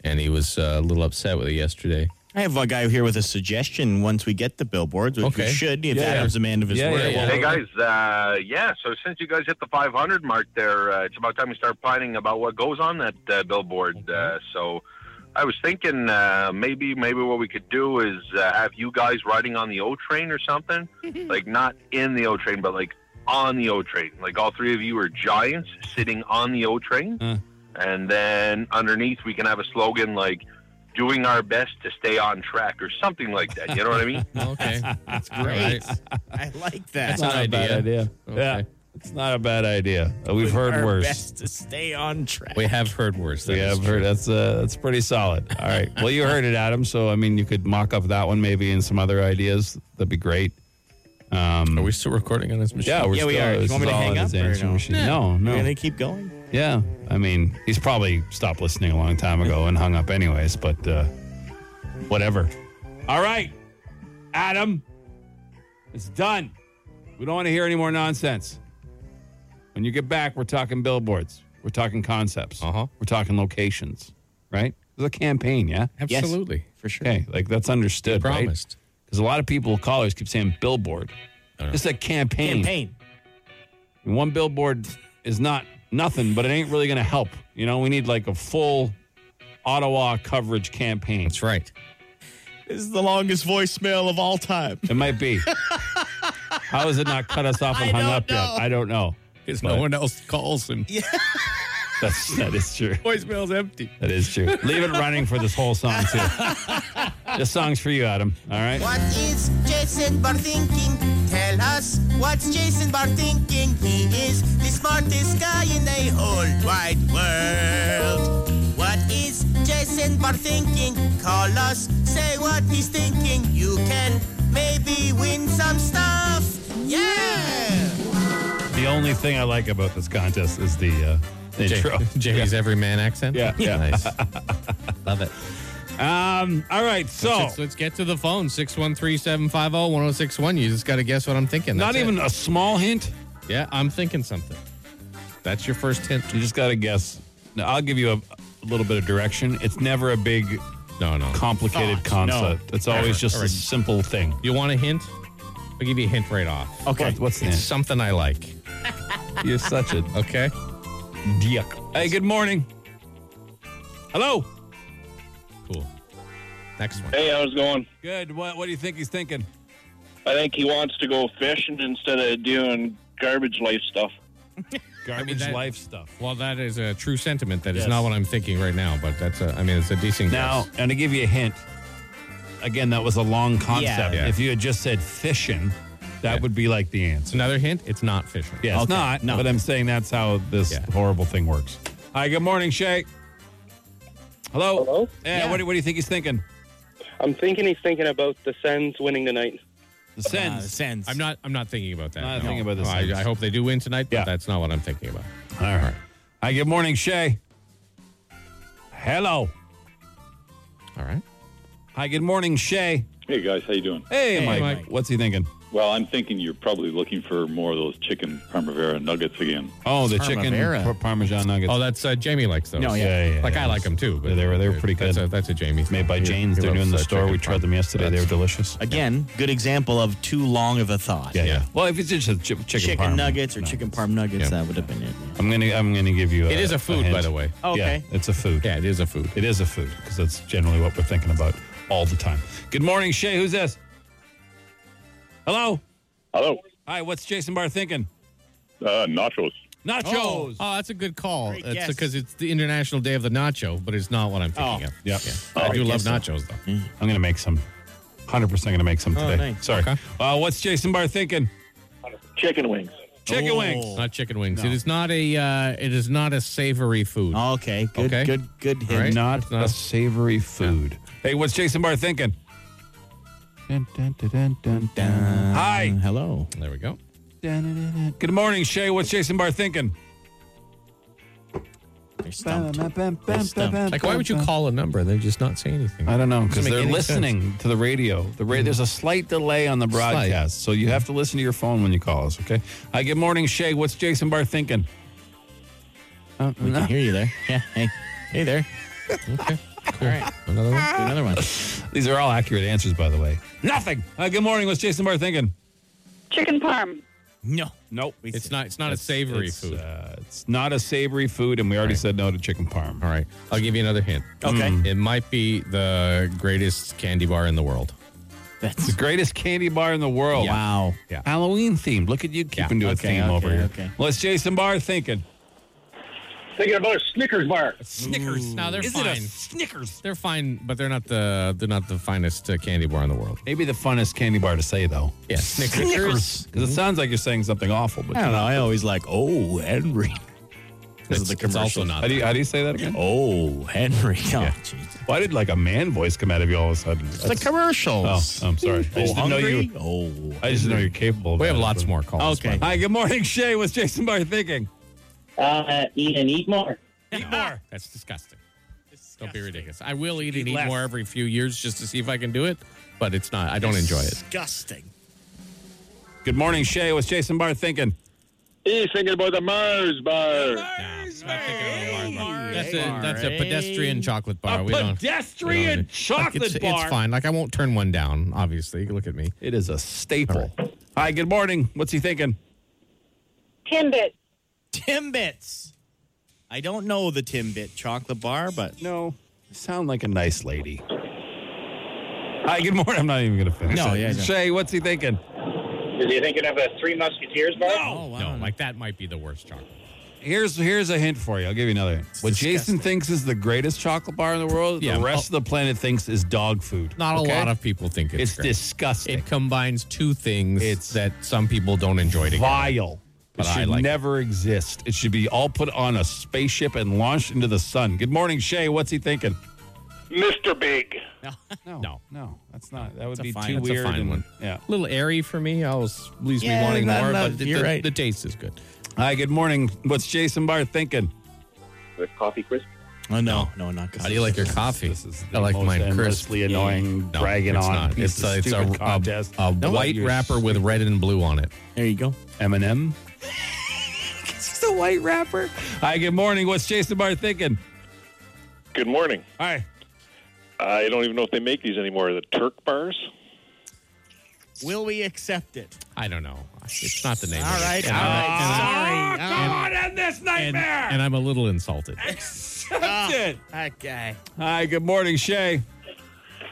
Speaker 3: and he was uh, a little upset with it yesterday.
Speaker 4: I have a guy here with a suggestion. Once we get the billboards, which
Speaker 3: Okay.
Speaker 4: we should, if
Speaker 2: Yeah,
Speaker 4: Adam's a man of his
Speaker 2: Yeah, yeah,
Speaker 4: word.
Speaker 2: yeah.
Speaker 7: Hey guys, uh, yeah. So since you guys hit the 500 mark, there, uh, it's about time you start planning about what goes on that uh, billboard. Uh, so I was thinking uh, maybe maybe what we could do is uh, have you guys riding on the O train or something, like not in the O train, but like on the O train. Like all three of you are giants sitting on the O train,
Speaker 8: Hmm.
Speaker 2: Huh.
Speaker 7: and then underneath we can have a slogan like "Doing our best to stay on track" or something like that. You know what I mean?
Speaker 3: Okay, that's
Speaker 4: great. I like that.
Speaker 3: That's an
Speaker 2: bad idea. Yeah,
Speaker 3: Okay.
Speaker 2: it's not a bad idea. Uh, We've
Speaker 4: Doing
Speaker 2: heard
Speaker 4: our
Speaker 2: worse.
Speaker 4: Best to stay on track.
Speaker 3: We have heard worse. that
Speaker 2: We
Speaker 3: is
Speaker 2: have heard that's uh, that's pretty solid. All right. Well, you heard it, Adam. So I mean, you could mock up that one maybe and some other ideas. That'd be great.
Speaker 3: true. Um, Are we still recording on his machine?
Speaker 2: Yeah, we're
Speaker 4: Yeah,
Speaker 2: still.
Speaker 4: we are. Do you
Speaker 2: this
Speaker 4: want me
Speaker 2: is
Speaker 4: to
Speaker 2: all
Speaker 4: hang
Speaker 2: in his
Speaker 4: up or
Speaker 2: answering
Speaker 4: no?
Speaker 2: machine. No,
Speaker 4: We're
Speaker 2: no.
Speaker 4: gonna keep going.
Speaker 2: Yeah, I mean, he's probably stopped listening a long time ago and hung up anyways. But uh, whatever. All right, Adam, it's done. We don't want to hear any more nonsense. When you get back, we're talking billboards. We're talking concepts.
Speaker 3: Uh-huh.
Speaker 2: We're talking locations. Right? It's a campaign. Yeah.
Speaker 3: absolutely.
Speaker 4: For sure.
Speaker 2: Okay, like that's understood, right?
Speaker 3: Promised.
Speaker 2: Because a lot of people, callers, keep saying billboard. It's a campaign.
Speaker 4: Campaign.
Speaker 2: And One billboard is not nothing, but it ain't really going to help. You know, we need like a full Ottawa coverage campaign.
Speaker 3: That's right.
Speaker 4: This is the longest voicemail of all time.
Speaker 2: It might be. How has it not cut us off and
Speaker 4: I
Speaker 2: hung
Speaker 4: don't
Speaker 2: up
Speaker 4: know.
Speaker 2: yet? I don't know.
Speaker 3: Because
Speaker 2: But-
Speaker 3: else calls him.
Speaker 2: That's that is true.
Speaker 3: Voicemail's empty.
Speaker 2: That is true. Leave it running for this whole song too. this song's for you, Adam. All right.
Speaker 9: What is Jason Barr thinking? Tell us what's Jason Barr thinking? He is the smartest guy in the whole wide world. What is Jason Barr thinking? Call us, say what he's thinking. You can maybe win some stuff. Yeah!
Speaker 2: The only thing I like about this contest is the uh, intro.
Speaker 3: Jamie's everyman accent.
Speaker 2: Yeah, yeah.
Speaker 3: nice. Love it.
Speaker 2: Um. All right. So.
Speaker 3: Let's, let's get to the phone 613 750 1061. You just got to guess what I'm thinking.
Speaker 2: Not
Speaker 3: That's it.
Speaker 2: even a small hint.
Speaker 3: Yeah, I'm thinking something. That's your first hint.
Speaker 2: You just got to guess. Now, I'll give you a, a little bit of direction. It's never a big,
Speaker 3: No, no.
Speaker 2: complicated
Speaker 4: Thought, no.
Speaker 2: concept. It's always
Speaker 3: Never.
Speaker 2: just a
Speaker 3: Alright.
Speaker 2: simple thing.
Speaker 3: You want a hint? I'll give you a hint right off.
Speaker 2: What- what's the hint?
Speaker 3: It's something I like.
Speaker 2: You're such a
Speaker 3: Okay.
Speaker 2: dick. Hey, good morning. Hello.
Speaker 3: Cool. Next one.
Speaker 8: Hey, how's it going?
Speaker 2: Good. What What do you think he's thinking?
Speaker 8: I think he wants to go fishing instead of doing garbage life stuff.
Speaker 2: Garbage
Speaker 3: that-
Speaker 2: life stuff.
Speaker 3: Well, that is a true sentiment. That is
Speaker 2: Yes.
Speaker 3: not what I'm thinking right now, but that's a, I mean, it's a decent
Speaker 2: Now,
Speaker 3: guess.
Speaker 2: and to give you a hint, again, that was a long concept.
Speaker 3: Yeah.
Speaker 2: If you had just said fishing, that would be like the answer.
Speaker 3: It's another hint. It's not fishing.
Speaker 2: Yeah, it's
Speaker 4: Okay,
Speaker 2: not.
Speaker 4: no.
Speaker 2: But I'm saying that's how this
Speaker 3: Yeah.
Speaker 2: horrible thing works. Hi, good morning, Shay. Hello. Hello. Yeah, What, do, what do you think he's thinking?
Speaker 8: I'm thinking he's thinking about the Sens winning tonight.
Speaker 3: Uh,
Speaker 2: The
Speaker 4: Ah,
Speaker 2: Sens.
Speaker 4: sends.
Speaker 3: I'm not. I'm not thinking about that.
Speaker 2: Not thinking about the
Speaker 3: No, I,
Speaker 2: Sens.
Speaker 3: I hope they do win tonight, but
Speaker 2: Yeah.
Speaker 3: that's not what I'm thinking about.
Speaker 2: All right. Hi, good morning, Shay. Hello.
Speaker 3: All right.
Speaker 2: Hi, good morning, Shay.
Speaker 10: Hey guys, how you doing?
Speaker 2: Hey,
Speaker 3: Hey,
Speaker 2: Mike.
Speaker 3: Mike.
Speaker 2: What's he thinking?
Speaker 10: Well, I'm thinking you're probably looking for more of those chicken primavera nuggets again.
Speaker 2: Oh, the
Speaker 4: Primavera.
Speaker 2: chicken par- parmesan nuggets.
Speaker 3: Oh, that's uh, Jamie likes those.
Speaker 4: No, yeah.
Speaker 2: yeah, yeah,
Speaker 3: like
Speaker 2: yeah.
Speaker 3: I like them too. But
Speaker 2: Yeah, they were- they were pretty
Speaker 3: that's
Speaker 2: good.
Speaker 3: A, that's a Jamie.
Speaker 2: made by
Speaker 3: thing.
Speaker 2: Jane's.
Speaker 3: He
Speaker 2: They're new in the
Speaker 3: loves, uh,
Speaker 2: store. We
Speaker 3: chicken
Speaker 2: tried
Speaker 3: parm.
Speaker 2: them yesterday. They were
Speaker 3: That's-
Speaker 2: delicious.
Speaker 4: Again, good example of too long of a thought.
Speaker 2: Yeah, yeah. Well, if it's just a chi- chicken,
Speaker 4: Chicken
Speaker 2: parm,
Speaker 4: nuggets or
Speaker 2: no.
Speaker 4: chicken parm nuggets,
Speaker 3: Yeah.
Speaker 4: that would have been it.
Speaker 2: I'm gonna I'm gonna give you. A,
Speaker 3: It is a food,
Speaker 2: hint.
Speaker 3: by the way.
Speaker 4: Oh, okay.
Speaker 2: Yeah, it's a food.
Speaker 3: Yeah, it is a food.
Speaker 2: It is a food because that's generally what we're thinking about all the time. Good morning, Shay. Who's this? Hello.
Speaker 10: Hello,
Speaker 2: Hi. What's Jason Barr thinking?
Speaker 10: uh, nachos.
Speaker 2: Nachos.
Speaker 3: Oh, that's a good call.
Speaker 4: Great
Speaker 3: It's
Speaker 4: guess.
Speaker 3: because it's the International Day of the Nacho, but it's not what I'm thinking
Speaker 4: Oh. Mm-hmm.
Speaker 3: of.
Speaker 2: Yep.
Speaker 3: I do love
Speaker 4: guess so.
Speaker 3: nachos though.
Speaker 2: I'm gonna make some. Oh, Hundred percent gonna make some today.
Speaker 4: nice.
Speaker 2: Sorry.
Speaker 3: Okay.
Speaker 2: Uh, what's Jason Barr thinking?
Speaker 8: Chicken wings.
Speaker 2: Chicken
Speaker 3: Oh.
Speaker 2: wings.
Speaker 3: Not chicken wings. It is not a. Uh, it is not a savory food.
Speaker 4: Okay.
Speaker 2: Good, good,
Speaker 4: good
Speaker 2: hint. Not a savory food. Hey, what's Jason Barr thinking? Dun, dun, dun, dun, dun, dun. Hi.
Speaker 4: Hello.
Speaker 3: There we go.
Speaker 2: Good morning, Shay. What's Jason Barr thinking?
Speaker 3: Like, why would you call a number and then just not say anything?
Speaker 2: I don't know
Speaker 3: Doesn't
Speaker 2: because
Speaker 3: make
Speaker 2: they're
Speaker 3: any
Speaker 2: listening to the radio. The ra- there's a slight delay on the
Speaker 3: Slight.
Speaker 2: broadcast, so you have to listen to your phone when you call us. Okay. Hi. Good morning, Shay. What's Jason Barr thinking? Uh,
Speaker 4: We can hear you there. Yeah. Hey. Hey there.
Speaker 3: okay.
Speaker 4: All right.
Speaker 3: Another one.
Speaker 4: Another one.
Speaker 2: These are all accurate answers, by the way. Nothing. Uh, good morning. What's Jason Barr thinking?
Speaker 11: Chicken parm.
Speaker 4: No.
Speaker 2: Nope.
Speaker 3: It's not. It's not a savory food.
Speaker 2: It's not a savory food, and we already said no to chicken parm.
Speaker 3: All right. I'll give you another hint. Mm.
Speaker 4: Okay.
Speaker 3: It might be the greatest candy bar in the world.
Speaker 4: That's
Speaker 2: The greatest candy bar in the
Speaker 3: Oh,
Speaker 2: world.
Speaker 4: wow.
Speaker 3: Yeah.
Speaker 2: Halloween themed. Look at you keeping to a
Speaker 4: Okay,
Speaker 2: theme
Speaker 4: okay,
Speaker 2: over here.
Speaker 4: okay.
Speaker 2: What's Jason Barr thinking?
Speaker 8: Thinking about a Snickers bar.
Speaker 2: Snickers.
Speaker 3: No, they're
Speaker 2: Is it a
Speaker 3: fine.
Speaker 2: Snickers?
Speaker 3: They're fine, but they're not the they're not the finest uh, candy bar in the world.
Speaker 2: Maybe the funnest candy bar to say though.
Speaker 3: Yeah, Snickers. Mm-hmm.
Speaker 2: Because it sounds like you're saying something awful, but
Speaker 4: I don't know. I always like, oh, Henry. This
Speaker 3: It's,
Speaker 4: is the
Speaker 3: it's also
Speaker 4: commercials.
Speaker 3: not.
Speaker 2: how do you how do you say that again?
Speaker 4: Oh, Henry. Oh,
Speaker 2: Yeah.
Speaker 4: jeez.
Speaker 2: Why did like a man voice come out of you all of a sudden?
Speaker 4: It's the commercials.
Speaker 2: oh, I'm sorry. I just didn't know you.
Speaker 4: Oh.
Speaker 2: I just didn't know you're capable. Of
Speaker 3: we have
Speaker 2: that,
Speaker 3: lots
Speaker 2: but-
Speaker 3: more calls.
Speaker 4: Okay.
Speaker 2: Hi, good morning, Shay. What's Jason Barr thinking?
Speaker 11: Uh, eat and eat more.
Speaker 3: Eat more. That's disgusting. Don't be ridiculous. I will eat and eat more every few years just to see if I can do it, but it's not. I don't enjoy it.
Speaker 4: Disgusting.
Speaker 2: Good morning, Shay. What's Jason Barr thinking?
Speaker 10: He's thinking about the Mars bar.
Speaker 3: That's a, that's a pedestrian chocolate bar.
Speaker 2: A
Speaker 3: we don't- we don't
Speaker 2: pedestrian
Speaker 3: need- Look,
Speaker 2: chocolate
Speaker 3: it's,
Speaker 2: bar.
Speaker 3: It's fine. Like I won't turn one down. Obviously, look at me.
Speaker 2: It is a staple. Hi, good morning. What's he thinking?
Speaker 11: Timbit.
Speaker 4: Timbits. I don't know the Timbit chocolate bar, but
Speaker 2: No, you sound like a nice lady. Hi, good morning. I'm not even going to finish.
Speaker 4: No,
Speaker 2: it.
Speaker 4: yeah, yeah.
Speaker 2: Shay, what's he thinking?
Speaker 8: Is he thinking of a Three Musketeers bar?
Speaker 4: oh,
Speaker 3: No, like that might be the worst chocolate.
Speaker 2: Here's here's a hint for you. I'll give you another hint. what Jason thinks is the greatest chocolate bar in the world,
Speaker 3: Yeah,
Speaker 2: the rest of the planet thinks is dog food.
Speaker 3: Not
Speaker 2: Okay?
Speaker 3: a lot of people think it's.
Speaker 2: It's
Speaker 3: great.
Speaker 2: disgusting.
Speaker 3: It combines two things
Speaker 2: It's-
Speaker 3: that some people don't enjoy together.
Speaker 2: vile. It
Speaker 3: But I
Speaker 2: should
Speaker 3: like it.
Speaker 2: never exist. It should be all put on a spaceship and launched into the sun. Good morning, Shay. What's he thinking?
Speaker 8: Mr. Big.
Speaker 2: No,
Speaker 3: No.
Speaker 2: no, that's not. That would
Speaker 4: That's a
Speaker 2: be
Speaker 4: fine-
Speaker 2: too
Speaker 4: that's
Speaker 3: a
Speaker 2: weird.
Speaker 3: fine
Speaker 2: and-
Speaker 3: one.
Speaker 2: Yeah.
Speaker 3: A little airy for me. Always leaves
Speaker 4: Yeah,
Speaker 3: me wanting
Speaker 4: not-
Speaker 3: more,
Speaker 4: not-
Speaker 3: but the,
Speaker 4: you're
Speaker 3: the-
Speaker 4: right.
Speaker 3: the taste is good.
Speaker 2: Hi. Good morning. What's Jason Barr thinking?
Speaker 10: The coffee crisp.
Speaker 4: Oh, no, no, not
Speaker 3: How do you like your coffee?
Speaker 2: This is the
Speaker 3: I like
Speaker 2: most
Speaker 3: mine crisp.
Speaker 2: endlessly annoying
Speaker 3: No,
Speaker 2: dragging
Speaker 3: it's
Speaker 2: on.
Speaker 3: Not.
Speaker 2: piece
Speaker 3: It's,
Speaker 2: of
Speaker 3: a, it's a,
Speaker 2: stupid
Speaker 3: a-
Speaker 2: contest.
Speaker 3: a white
Speaker 2: you're
Speaker 3: wrapper with red and blue on it.
Speaker 4: There you go.
Speaker 2: Eminem. it's the white wrapper. Hi. Good morning. What's Jason Barr thinking?
Speaker 10: Good morning.
Speaker 2: Hi.
Speaker 10: I don't even know if they make these anymore. The Turk bars.
Speaker 4: Will we accept it?
Speaker 3: I don't know. It's not the name.
Speaker 4: All
Speaker 3: of it.
Speaker 4: right.
Speaker 3: And
Speaker 4: all
Speaker 3: I-
Speaker 4: right. Sorry.
Speaker 2: Come on, end this
Speaker 3: And,
Speaker 2: nightmare.
Speaker 3: and I'm a little insulted.
Speaker 2: That's it.
Speaker 4: Okay.
Speaker 2: Hi, good morning, Shay.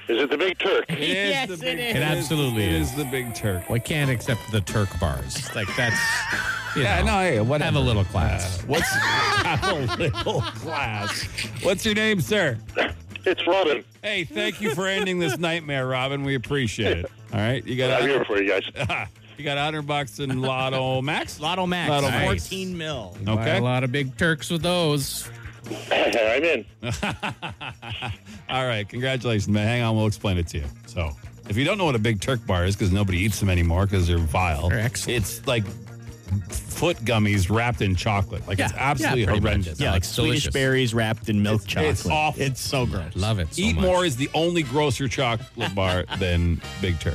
Speaker 10: Is it the Big Turk?
Speaker 2: It is
Speaker 4: Yes,
Speaker 2: the
Speaker 4: it
Speaker 2: big,
Speaker 4: is.
Speaker 3: It absolutely
Speaker 2: It
Speaker 3: is.
Speaker 2: is the big Turk.
Speaker 3: Well, I can't accept the Turk bars. Like that's. You
Speaker 2: Yeah,
Speaker 3: know,
Speaker 2: no, hey, whatever.
Speaker 3: Have a little class.
Speaker 2: Uh, what's have a little class? What's your name, sir?
Speaker 10: It's Robin.
Speaker 2: Hey, thank you for ending this nightmare, Robin. We appreciate it. All right, you got
Speaker 10: I'm here for you guys.
Speaker 2: you got hundred bucks in Lotto Max.
Speaker 4: Lotto Max.
Speaker 2: Lotto Max.
Speaker 4: 14 mil.
Speaker 3: Buy
Speaker 2: Okay.
Speaker 3: a lot of big Turks with those.
Speaker 10: I'm in.
Speaker 2: All right, congratulations, man. Hang on, we'll explain it to you. So, if you don't know what a big Turk bar is, because nobody eats them anymore because they're vile,
Speaker 3: They're excellent.
Speaker 2: it's like foot gummies wrapped in chocolate. Like it's
Speaker 3: Yeah,
Speaker 2: absolutely
Speaker 3: yeah, pretty much.
Speaker 2: horrendous.
Speaker 4: Yeah,
Speaker 3: Like
Speaker 4: like Swedish
Speaker 3: delicious.
Speaker 4: berries wrapped in milk chocolate.
Speaker 2: it's awful.
Speaker 4: It's so gross.
Speaker 3: Love it. So
Speaker 2: Eat
Speaker 3: much.
Speaker 2: More is the only grosser chocolate bar than Big Turk.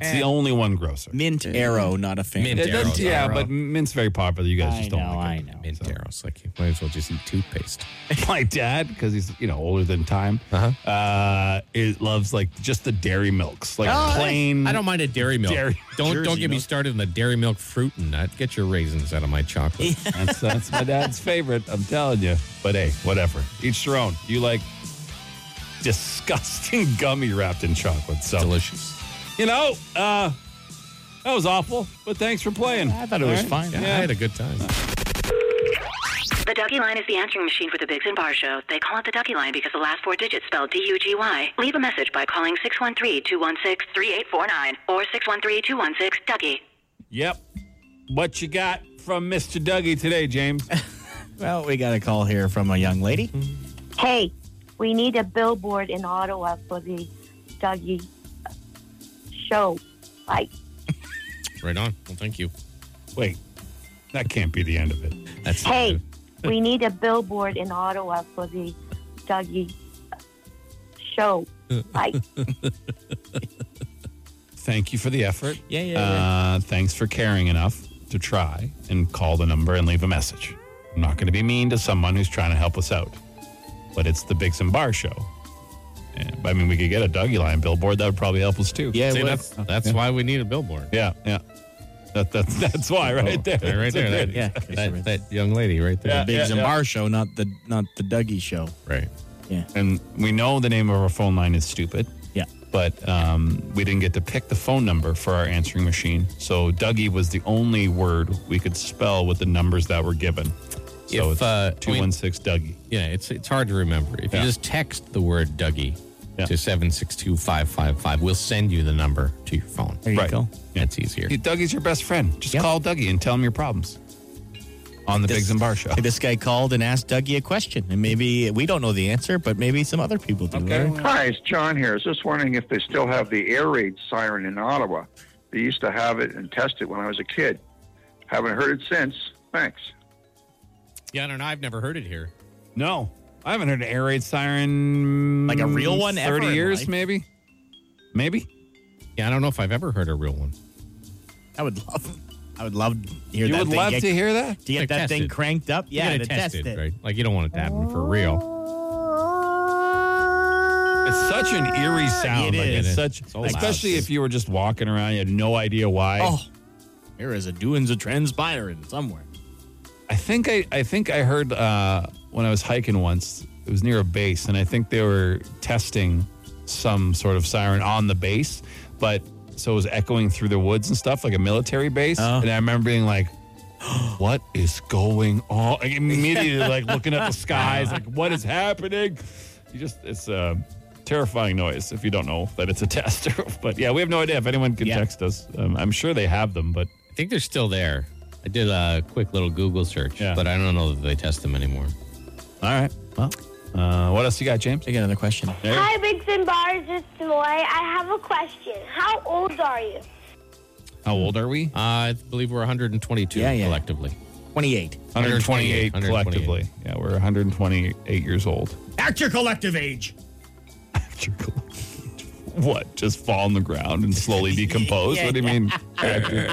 Speaker 2: It's the only one grosser.
Speaker 4: Mint arrow, not a fan.
Speaker 3: Mint
Speaker 2: It
Speaker 3: Arrow.
Speaker 2: doesn't- yeah,
Speaker 3: Arrow.
Speaker 2: but mint's very popular. You guys
Speaker 4: I
Speaker 2: just
Speaker 4: know,
Speaker 2: don't like
Speaker 4: I
Speaker 2: it.
Speaker 4: know.
Speaker 3: Mint arrows. Like you might as well just eat toothpaste.
Speaker 2: my dad because he's you know older than time uh-huh. it loves like just the dairy milks like
Speaker 4: Uh,
Speaker 2: plain
Speaker 3: Oh, I don't mind a dairy milk.
Speaker 2: Dairy-
Speaker 3: don't
Speaker 2: Jersey
Speaker 3: don't get me
Speaker 2: milk.
Speaker 3: started on the dairy milk fruit and nut. Get your raisins out of my chocolate.
Speaker 2: that's, that's my dad's favorite i'm telling you but hey whatever each their own you like disgusting gummy wrapped in chocolate so
Speaker 3: Delicious.
Speaker 2: you know uh that was awful but thanks for playing
Speaker 4: I thought it was fine.
Speaker 3: Yeah, I had a good time.
Speaker 5: The Ducky Line is the answering machine for the Biggs and Bar Show. They call it the Ducky Line because the last four digits spell D-U-G-Y. Leave a message by calling 613-216-3849 or 613-216-DUCKY.
Speaker 2: yep What you got from Mr. Dougie today, James?
Speaker 4: Well, we got a call here from a young lady.
Speaker 12: Hey, we need a billboard in Ottawa for the Dougie show. Like,
Speaker 3: Right on. Well, thank you.
Speaker 2: Wait, that can't be the end of it. Oh,
Speaker 3: That's
Speaker 12: hey, we need a billboard in Ottawa for the Dougie show. Like,
Speaker 2: Thank you for the effort.
Speaker 3: Yeah, yeah,
Speaker 2: Uh, thanks for caring enough to try and call the number and leave a message. I'm not going to be mean to someone who's trying to help us out, but it's the Big and Bar Show. And, I mean, we could get a Dougie Line billboard. That would probably help us too.
Speaker 3: Yeah, it See, would. that's- that's why we need a billboard.
Speaker 2: Yeah, yeah. That, that's that's why right
Speaker 3: Oh,
Speaker 2: there.
Speaker 3: Right there. That,
Speaker 4: Yeah.
Speaker 3: that, that young lady right there.
Speaker 4: the Biggs and Bar show, not the not the Dougie show.
Speaker 3: Right.
Speaker 4: Yeah.
Speaker 2: And we know the name of our phone line is stupid.
Speaker 4: Yeah.
Speaker 2: But um, we didn't get to pick the phone number for our answering machine. So Dougie was the only word we could spell with the numbers that were given. So
Speaker 3: If, uh,
Speaker 2: it's 216 Dougie.
Speaker 3: Yeah, it's it's hard to remember. If
Speaker 2: Yeah.
Speaker 3: you just text the word Dougie to 762-555, we'll send you the number to your phone.
Speaker 4: There you
Speaker 2: Right.
Speaker 4: go.
Speaker 3: That's easier.
Speaker 2: Hey, Dougie's your best friend. Just call Dougie and tell him your problems on the
Speaker 4: This-
Speaker 2: Biggs and Bar Show.
Speaker 4: Hey, This guy called and asked Dougie a question, and maybe we don't know the answer, but maybe some other people do. right?
Speaker 13: Hi, it's John here. I was just wondering if they still have the air raid siren in Ottawa. They used to have it and test it when I was a kid. Haven't heard it since. Thanks.
Speaker 3: Yeah, and I've never heard it here.
Speaker 2: No, I haven't heard an air raid siren
Speaker 3: Like a real one ever
Speaker 2: Thirty
Speaker 3: in
Speaker 2: years,
Speaker 3: life.
Speaker 2: maybe. Maybe.
Speaker 3: Yeah, I don't know if I've ever heard a real one.
Speaker 4: I would love, I would love to hear
Speaker 2: You
Speaker 4: that.
Speaker 2: would
Speaker 4: thing.
Speaker 2: love
Speaker 4: get-
Speaker 2: to hear that?
Speaker 4: To get
Speaker 3: Like
Speaker 4: that
Speaker 3: test
Speaker 4: thing
Speaker 3: it.
Speaker 4: cranked up,
Speaker 3: You
Speaker 4: yeah,
Speaker 3: gotta
Speaker 4: to test, it.
Speaker 3: right? Like you don't want it to happen for real.
Speaker 2: It's such an eerie sound.
Speaker 4: It
Speaker 2: like
Speaker 4: is.
Speaker 2: It's such,
Speaker 4: So loud.
Speaker 2: especially if you were just walking around, you had no idea why.
Speaker 4: Oh, there is a doings a transpiring somewhere.
Speaker 2: I think I, I think I heard uh, when I was hiking once. It was near a base, and I think they were testing some sort of siren on the base, but so it was echoing through the woods and stuff like a military base. And I remember being like, "What is going on?" Like, immediately, like looking at the skies, like what is happening? You just it's a terrifying noise if you don't know that it's a test. but yeah, we have no idea if anyone can text us. Um, I'm sure they have them, but
Speaker 3: I think they're still there. I did a quick little Google search,
Speaker 2: Yeah.
Speaker 3: but I don't know that they test them anymore.
Speaker 2: all right. Well, uh, what else you got, James? I
Speaker 4: got another question.
Speaker 14: Hi, Biggs and Bars. It's Deloy. I have a question. How old are you?
Speaker 2: How old are we?
Speaker 3: Uh, I believe we're 122 collectively.
Speaker 4: 28.
Speaker 2: 128,
Speaker 3: 128.
Speaker 2: collectively. Yeah, we're 128 years old.
Speaker 6: Act your collective age.
Speaker 2: What? Just fall on the ground and slowly decompose? what do you mean? Act your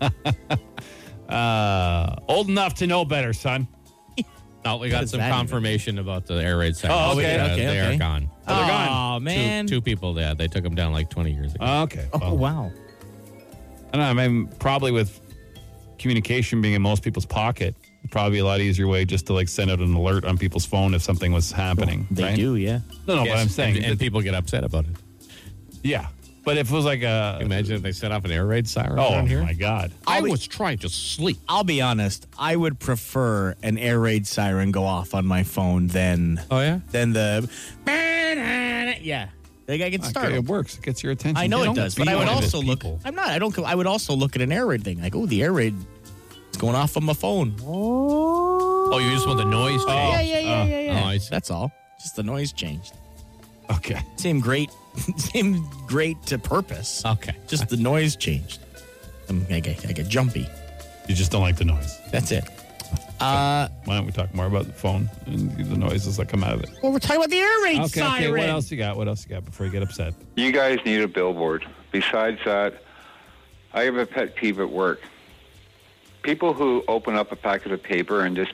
Speaker 2: play. uh, old enough to know better, son.
Speaker 3: Oh, we
Speaker 2: What
Speaker 3: got
Speaker 2: does
Speaker 3: some
Speaker 2: that even
Speaker 3: confirmation about the air raid sirens.
Speaker 2: Oh, okay,
Speaker 3: Uh,
Speaker 2: okay,
Speaker 3: they
Speaker 2: okay.
Speaker 3: are gone.
Speaker 2: Oh, they're gone.
Speaker 3: Two-
Speaker 2: man.
Speaker 3: Two, people there. They took them down like 20 years ago.
Speaker 2: Okay. well,
Speaker 4: Oh, wow.
Speaker 2: I don't know. I mean, probably with communication being in most people's pocket, probably a lot easier way just to like send out an alert on people's phone if something was happening.
Speaker 4: They
Speaker 2: right?
Speaker 4: do, yeah.
Speaker 2: No, no,
Speaker 3: Yes,
Speaker 2: but I'm saying
Speaker 3: and, and people get upset about it.
Speaker 2: Yeah. But if it was like a.
Speaker 3: Imagine if they set off an air raid siren
Speaker 2: Uh, Oh,
Speaker 3: down here.
Speaker 2: my God.
Speaker 3: I was trying to sleep.
Speaker 4: I'll be honest. I would prefer an air raid siren go off on my phone than
Speaker 3: oh yeah
Speaker 4: than the yeah. Like I get startled.
Speaker 2: Okay, it works. It gets your attention.
Speaker 4: I know it does, but I would also look. I'm not. I don't. I would also look at an air raid thing. Like, oh, the air raid is going off on my phone.
Speaker 3: Oh, you just want the noise change?
Speaker 4: yeah, yeah, yeah,
Speaker 2: uh,
Speaker 4: yeah, yeah.
Speaker 3: Oh, I see.
Speaker 4: That's all. Just the noise changed.
Speaker 2: Okay.
Speaker 4: Same great, same great to
Speaker 2: Uh,
Speaker 4: purpose.
Speaker 3: Okay.
Speaker 4: Just the noise changed. I'm, I, get, I get jumpy.
Speaker 2: You just don't like the noise.
Speaker 4: That's it. Uh,
Speaker 2: Why don't we talk more about the phone and the noises that come out of it?
Speaker 4: well, we're talking about the air raid
Speaker 2: okay,
Speaker 4: siren.
Speaker 2: okay. What else you got? What else you got before you get upset?
Speaker 15: You guys need a billboard. Besides that, I have a pet peeve at work. People who open up a packet of paper and just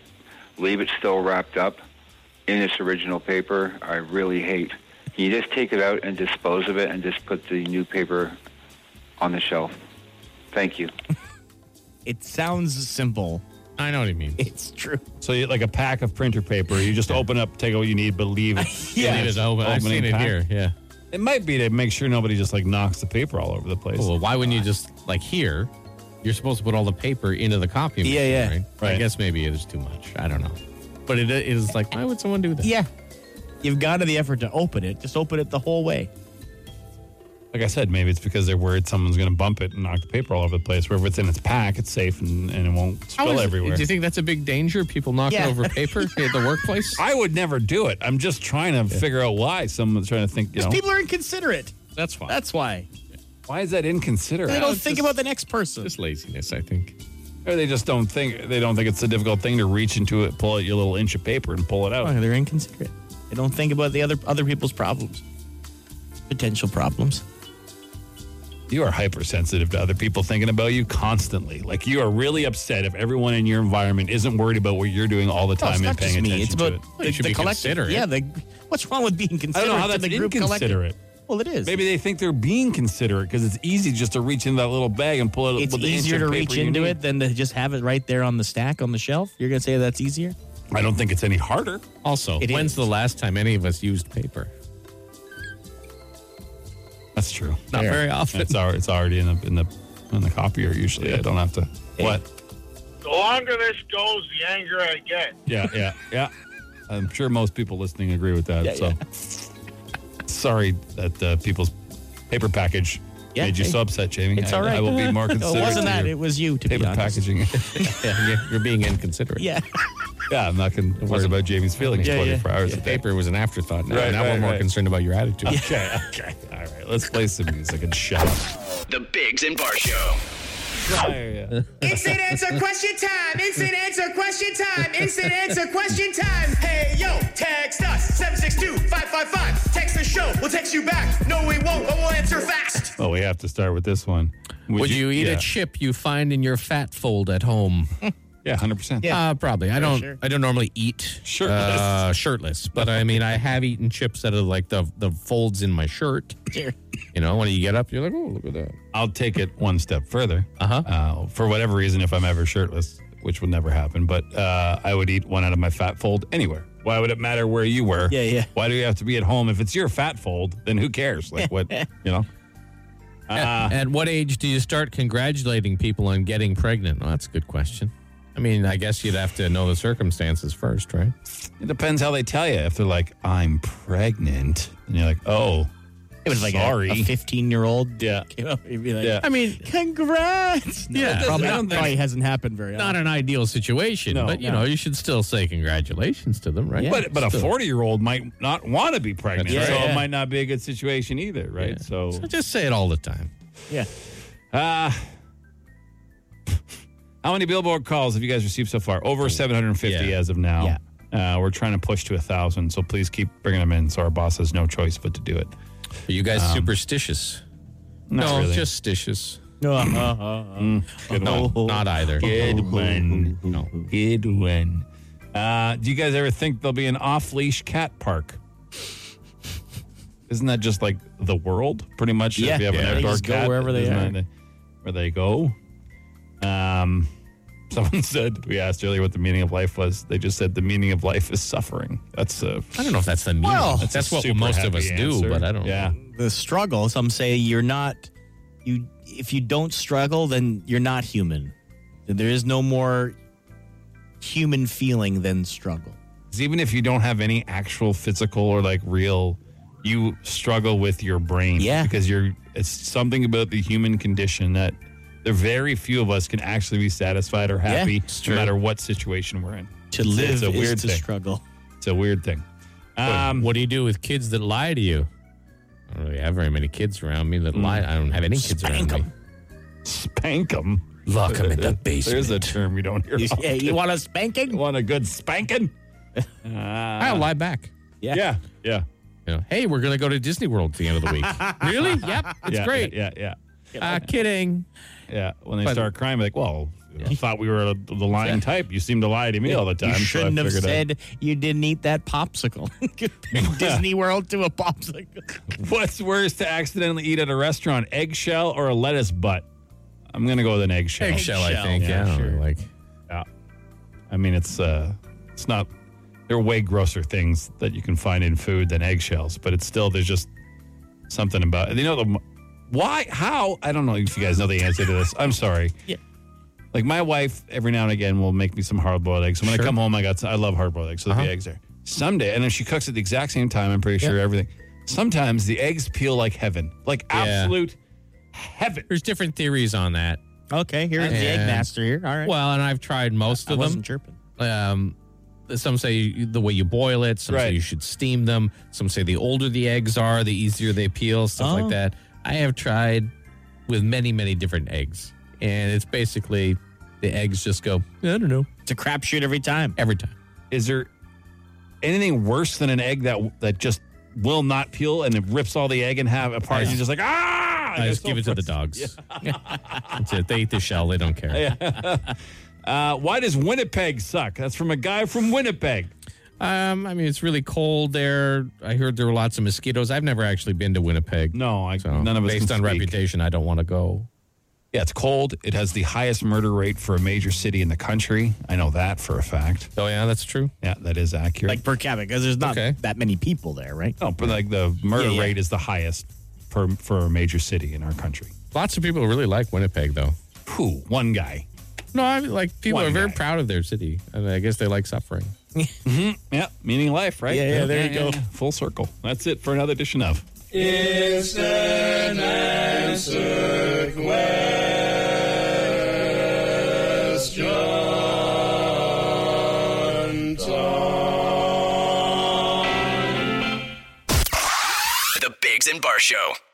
Speaker 15: leave it still wrapped up in its original paper, I really hate. Can you just take it out and dispose of it and just put the new paper on the shelf? Thank you.
Speaker 4: It sounds simple.
Speaker 3: I know what you mean.
Speaker 4: It's true.
Speaker 2: So, you, like a pack of printer paper, you just open up, take what you need, but leave it.
Speaker 3: Yeah,
Speaker 2: in
Speaker 3: it
Speaker 2: its
Speaker 3: is open. I've
Speaker 2: opening
Speaker 3: seen it
Speaker 2: pack.
Speaker 3: here. Yeah.
Speaker 2: It might be to make sure nobody just like knocks the paper all over the place.
Speaker 3: Oh, Well, why wouldn't you just like here? You're supposed to put all the paper into the copy. Machine,
Speaker 4: Yeah, yeah.
Speaker 3: Right? I
Speaker 2: Right.
Speaker 3: guess maybe it is too much. I don't know. But it it is like, why would someone do that?
Speaker 4: Yeah. You've gone to the effort to open it. Just open it the whole way.
Speaker 2: Like I said, maybe it's because they're worried someone's going to bump it and knock the paper all over the place. Where if it's in its pack, it's safe and, and it won't
Speaker 3: How
Speaker 2: spill
Speaker 3: is-
Speaker 2: everywhere.
Speaker 3: Do you think that's a big danger? People knocking
Speaker 2: Yeah.
Speaker 3: over paper at the workplace?
Speaker 2: I would never do it. I'm just trying to figure out why someone's trying to think. You know,
Speaker 4: Because people are inconsiderate.
Speaker 3: That's why.
Speaker 4: That's why.
Speaker 2: why is that inconsiderate?
Speaker 4: They don't think about the next person.
Speaker 3: Just laziness, I think.
Speaker 2: Or they just don't think they don't think it's a difficult thing to reach into it, pull out your little inch of paper, and pull it out.
Speaker 4: they're inconsiderate. They don't think about the other other people's problems, potential problems.
Speaker 2: You are hypersensitive to other people thinking about you constantly. Like you are really upset if everyone in your environment isn't worried about what you're doing all the
Speaker 4: No,
Speaker 2: time
Speaker 4: it's
Speaker 2: and
Speaker 4: not
Speaker 2: paying
Speaker 4: just
Speaker 2: attention
Speaker 4: me. It's
Speaker 2: to
Speaker 4: about
Speaker 2: it. Oh,
Speaker 4: the, the collective. Yeah, the, what's wrong with being
Speaker 2: I don't
Speaker 4: considerate?
Speaker 2: know how
Speaker 4: to
Speaker 2: that's
Speaker 4: the group collective?
Speaker 2: inconsiderate.
Speaker 4: Well, it is.
Speaker 2: Maybe they think they're being considerate because it's easy just to reach into that little bag and pull it.
Speaker 4: it's
Speaker 2: with the inch
Speaker 4: easier
Speaker 2: of
Speaker 4: to
Speaker 2: paper
Speaker 4: reach
Speaker 2: you
Speaker 4: into
Speaker 2: need.
Speaker 4: it than to just have it right there on the stack on the shelf. You're going to say that's easier?
Speaker 2: I don't think it's any harder.
Speaker 3: Also,
Speaker 4: It
Speaker 3: when's
Speaker 4: is.
Speaker 3: the last time any of us used paper?
Speaker 2: That's true.
Speaker 3: Not
Speaker 2: There.
Speaker 3: very often.
Speaker 2: It's already, it's already in the in the in the copier. Usually, I don't have to. What?
Speaker 16: The longer this goes, the angrier I get.
Speaker 2: Yeah, yeah, yeah. I'm sure most people listening agree with that.
Speaker 16: Yeah,
Speaker 2: so, sorry that uh, people's paper package
Speaker 4: Yeah,
Speaker 2: made you
Speaker 4: hey.
Speaker 2: so upset, Jamie.
Speaker 4: It's
Speaker 2: I-
Speaker 4: all right.
Speaker 2: I will be more
Speaker 4: No,
Speaker 2: considerate.
Speaker 4: It wasn't
Speaker 2: to
Speaker 4: that.
Speaker 2: your
Speaker 4: It was you, to be
Speaker 2: paper
Speaker 4: honest.
Speaker 2: packaging.
Speaker 3: yeah, you're, you're being inconsiderate.
Speaker 4: Yeah.
Speaker 2: Yeah, I'm not going to worry about Jamie's feelings
Speaker 3: Yeah, yeah.
Speaker 2: 24 hours a day.
Speaker 3: Paper was an afterthought. Now,
Speaker 2: Right,
Speaker 3: now
Speaker 2: right,
Speaker 3: we're more
Speaker 2: right.
Speaker 3: concerned about your attitude.
Speaker 2: Okay, okay. All right, let's play some music and shut up.
Speaker 1: The Bigs and Bar Show.
Speaker 6: Instant answer question time. Instant answer question time. Instant answer question time. Hey yo, text us 762-555. Text the show. We'll text you back. No, we won't, but we'll answer fast.
Speaker 2: Oh, we have to start with this one.
Speaker 3: Would, you, eat
Speaker 2: yeah.
Speaker 3: a chip you find in your fat fold at home?
Speaker 2: Yeah, hundred percent.
Speaker 3: Uh, probably.
Speaker 4: Oh,
Speaker 3: I
Speaker 2: For
Speaker 3: don't.
Speaker 2: sure.
Speaker 3: I don't normally eat
Speaker 2: Shirtless.
Speaker 3: uh, shirtless, but I mean, I have eaten chips out of like the the folds in my shirt.
Speaker 4: Sure.
Speaker 3: You know, when you get up, you're like, oh, look at that.
Speaker 2: I'll take it one step further. Uh-huh. For whatever reason, if I'm ever shirtless, which would never happen, but uh, I would eat one out of my fat fold anywhere. Why would it matter where you were?
Speaker 4: Yeah, yeah.
Speaker 2: Why do you have to be at home? If it's your fat fold, then who cares? Like what, you know? Uh,
Speaker 3: At, at what age do you start congratulating people on getting pregnant? Well, that's a good question. I mean, I guess you'd have to know the circumstances first, right?
Speaker 2: It depends how they tell you. If they're like, I'm pregnant, and you're like, oh,
Speaker 4: It was like a-
Speaker 2: sorry.
Speaker 4: a 15 year old.
Speaker 2: Yeah. Yeah.
Speaker 4: I mean, congrats. No,
Speaker 3: Yeah, probably-
Speaker 4: yeah, probably,
Speaker 3: I don't think-
Speaker 4: probably hasn't happened very
Speaker 3: Not
Speaker 4: often.
Speaker 3: an ideal situation,
Speaker 4: No,
Speaker 3: but you
Speaker 4: no.
Speaker 3: know, you should still say congratulations to them, right?
Speaker 2: But, but a
Speaker 3: Still.
Speaker 2: 40 year old might not want to be pregnant.
Speaker 3: That's
Speaker 2: So
Speaker 3: right.
Speaker 2: it might not be a good situation either, right? So,
Speaker 3: So just say it all the time.
Speaker 4: Yeah.
Speaker 2: Uh, how many billboard calls have you guys received so far? Over 750 as of now. Uh, we're trying to push to a 1,000, so please keep bringing them in so our boss has no choice but to do it.
Speaker 3: Are you guys superstitious?
Speaker 2: Um, not
Speaker 3: no,
Speaker 2: really.
Speaker 3: just stitious.
Speaker 4: No, uh,
Speaker 2: Mm, good
Speaker 3: No,
Speaker 2: one.
Speaker 3: not either.
Speaker 2: Good one. Good one. Uh, do you guys ever think there'll be an off leash cat park? Isn't that just like the world, pretty much?
Speaker 4: Yeah.
Speaker 2: if you have
Speaker 4: Yeah.
Speaker 2: an
Speaker 4: They
Speaker 2: outdoor
Speaker 4: just go
Speaker 2: cat,
Speaker 4: wherever they
Speaker 2: isn't
Speaker 4: are.
Speaker 2: that where they go. Um, someone said we asked earlier what the meaning of life was. They just said the meaning of life is suffering. That's a
Speaker 3: I don't know if that's the meaning.
Speaker 4: Well,
Speaker 3: that's,
Speaker 2: a
Speaker 3: what
Speaker 2: super
Speaker 3: most of us
Speaker 2: happy
Speaker 3: do,
Speaker 2: answer.
Speaker 3: but I don't.
Speaker 2: Yeah,
Speaker 4: the struggle. Some say you're not you if you don't struggle, then you're not human. Then There is no more human feeling than struggle.
Speaker 2: 'Cause even if you don't have any actual physical or like real, you struggle with your brain.
Speaker 4: Yeah.
Speaker 2: Because you're, it's something about the human condition that there are very few of us can actually be satisfied or happy no matter what situation we're in.
Speaker 4: To
Speaker 2: It's-
Speaker 4: live
Speaker 2: it's a weird
Speaker 4: is to
Speaker 2: thing.
Speaker 4: struggle.
Speaker 2: It's a weird thing.
Speaker 3: Um, what do you do with kids that lie to you? I don't really have very many kids around me that lie. I don't have any kids around me.
Speaker 2: Spank them.
Speaker 3: Lock 'em in the
Speaker 2: There's a term you don't hear.
Speaker 4: Yeah, you
Speaker 2: often.
Speaker 4: want a spanking?
Speaker 2: You want a good spanking?
Speaker 3: I'll lie back.
Speaker 4: Yeah.
Speaker 2: Yeah. Yeah.
Speaker 3: You know, hey, we're gonna go to Disney World at the end of the week. really? Yep. It's
Speaker 2: yeah,
Speaker 3: great.
Speaker 2: Yeah. Yeah.
Speaker 3: Ah, kidding.
Speaker 2: Yeah. When they
Speaker 3: But-
Speaker 2: start crying, like, well, I thought we were the lying type. You seem to lie to me all the time.
Speaker 4: You
Speaker 2: so I
Speaker 4: shouldn't have
Speaker 2: figured I'd-
Speaker 4: said you didn't eat that popsicle. Disney World to a popsicle.
Speaker 2: What's worse to accidentally eat at a restaurant, eggshell or a lettuce butt? I'm gonna go with an eggshell.
Speaker 3: Eggshell, I think. Yeah.
Speaker 2: sure.
Speaker 3: Like
Speaker 2: Yeah. I mean, it's uh, it's not. There are way grosser things that you can find in food than eggshells, but it's still there's just something about you know the why how I don't know if you guys know the answer to this. I'm sorry.
Speaker 4: Yeah.
Speaker 2: Like my wife, every now and again, will make me some hard boiled eggs. So when
Speaker 3: Sure.
Speaker 2: I come home, I got some, I love hard boiled eggs. So there'll be
Speaker 3: Uh-huh.
Speaker 2: eggs there. Someday, and if she cooks at the exact same time, I'm pretty sure everything. Sometimes the eggs peel like heaven, like absolute heaven.
Speaker 3: There's different theories on that.
Speaker 4: Okay, here is the egg master here. All right.
Speaker 3: Well, and I've tried most
Speaker 4: I
Speaker 3: of
Speaker 4: wasn't
Speaker 3: them. Um, some say you- the way you boil it. Some say you should steam them. Some say the older the eggs are, the easier they peel. Stuff
Speaker 2: Oh.
Speaker 3: like that. I have tried with many, many different eggs, and it's basically the eggs just go. I don't know.
Speaker 4: It's a crapshoot every time.
Speaker 3: Every time.
Speaker 2: Is there anything worse than an egg that that just will not peel and it rips all the egg in half apart? You're just like ah!
Speaker 3: I just give it to the dogs. That's it. They eat the shell. They don't care.
Speaker 2: Yeah. uh, why does Winnipeg suck? That's from a guy from Winnipeg.
Speaker 3: Um, I mean, it's really cold there. I heard there were lots of mosquitoes. I've never actually been to Winnipeg.
Speaker 2: No, I, none of us
Speaker 3: Based
Speaker 2: can
Speaker 3: on
Speaker 2: speak.
Speaker 3: reputation, I don't want to go.
Speaker 2: Yeah, it's cold. It has the highest murder rate for a major city in the country. I know that for a fact.
Speaker 3: Oh yeah, that's true.
Speaker 2: Yeah, that is accurate.
Speaker 4: Like per capita, because there's not that many people there, right?
Speaker 2: No, but like the murder
Speaker 4: Yeah, yeah.
Speaker 2: rate is the highest for for a major city in our country.
Speaker 3: Lots of people really like Winnipeg, though.
Speaker 2: Who? One guy.
Speaker 3: No, I mean, like people
Speaker 2: One
Speaker 3: are very proud of their city, and I guess they like suffering.
Speaker 2: hmm Yeah, meaning life, right?
Speaker 3: Yeah, yeah, there you go.
Speaker 2: yeah. Full circle. That's it for another edition of.
Speaker 6: It's an answer question time.
Speaker 1: The Bigs and Bar Show.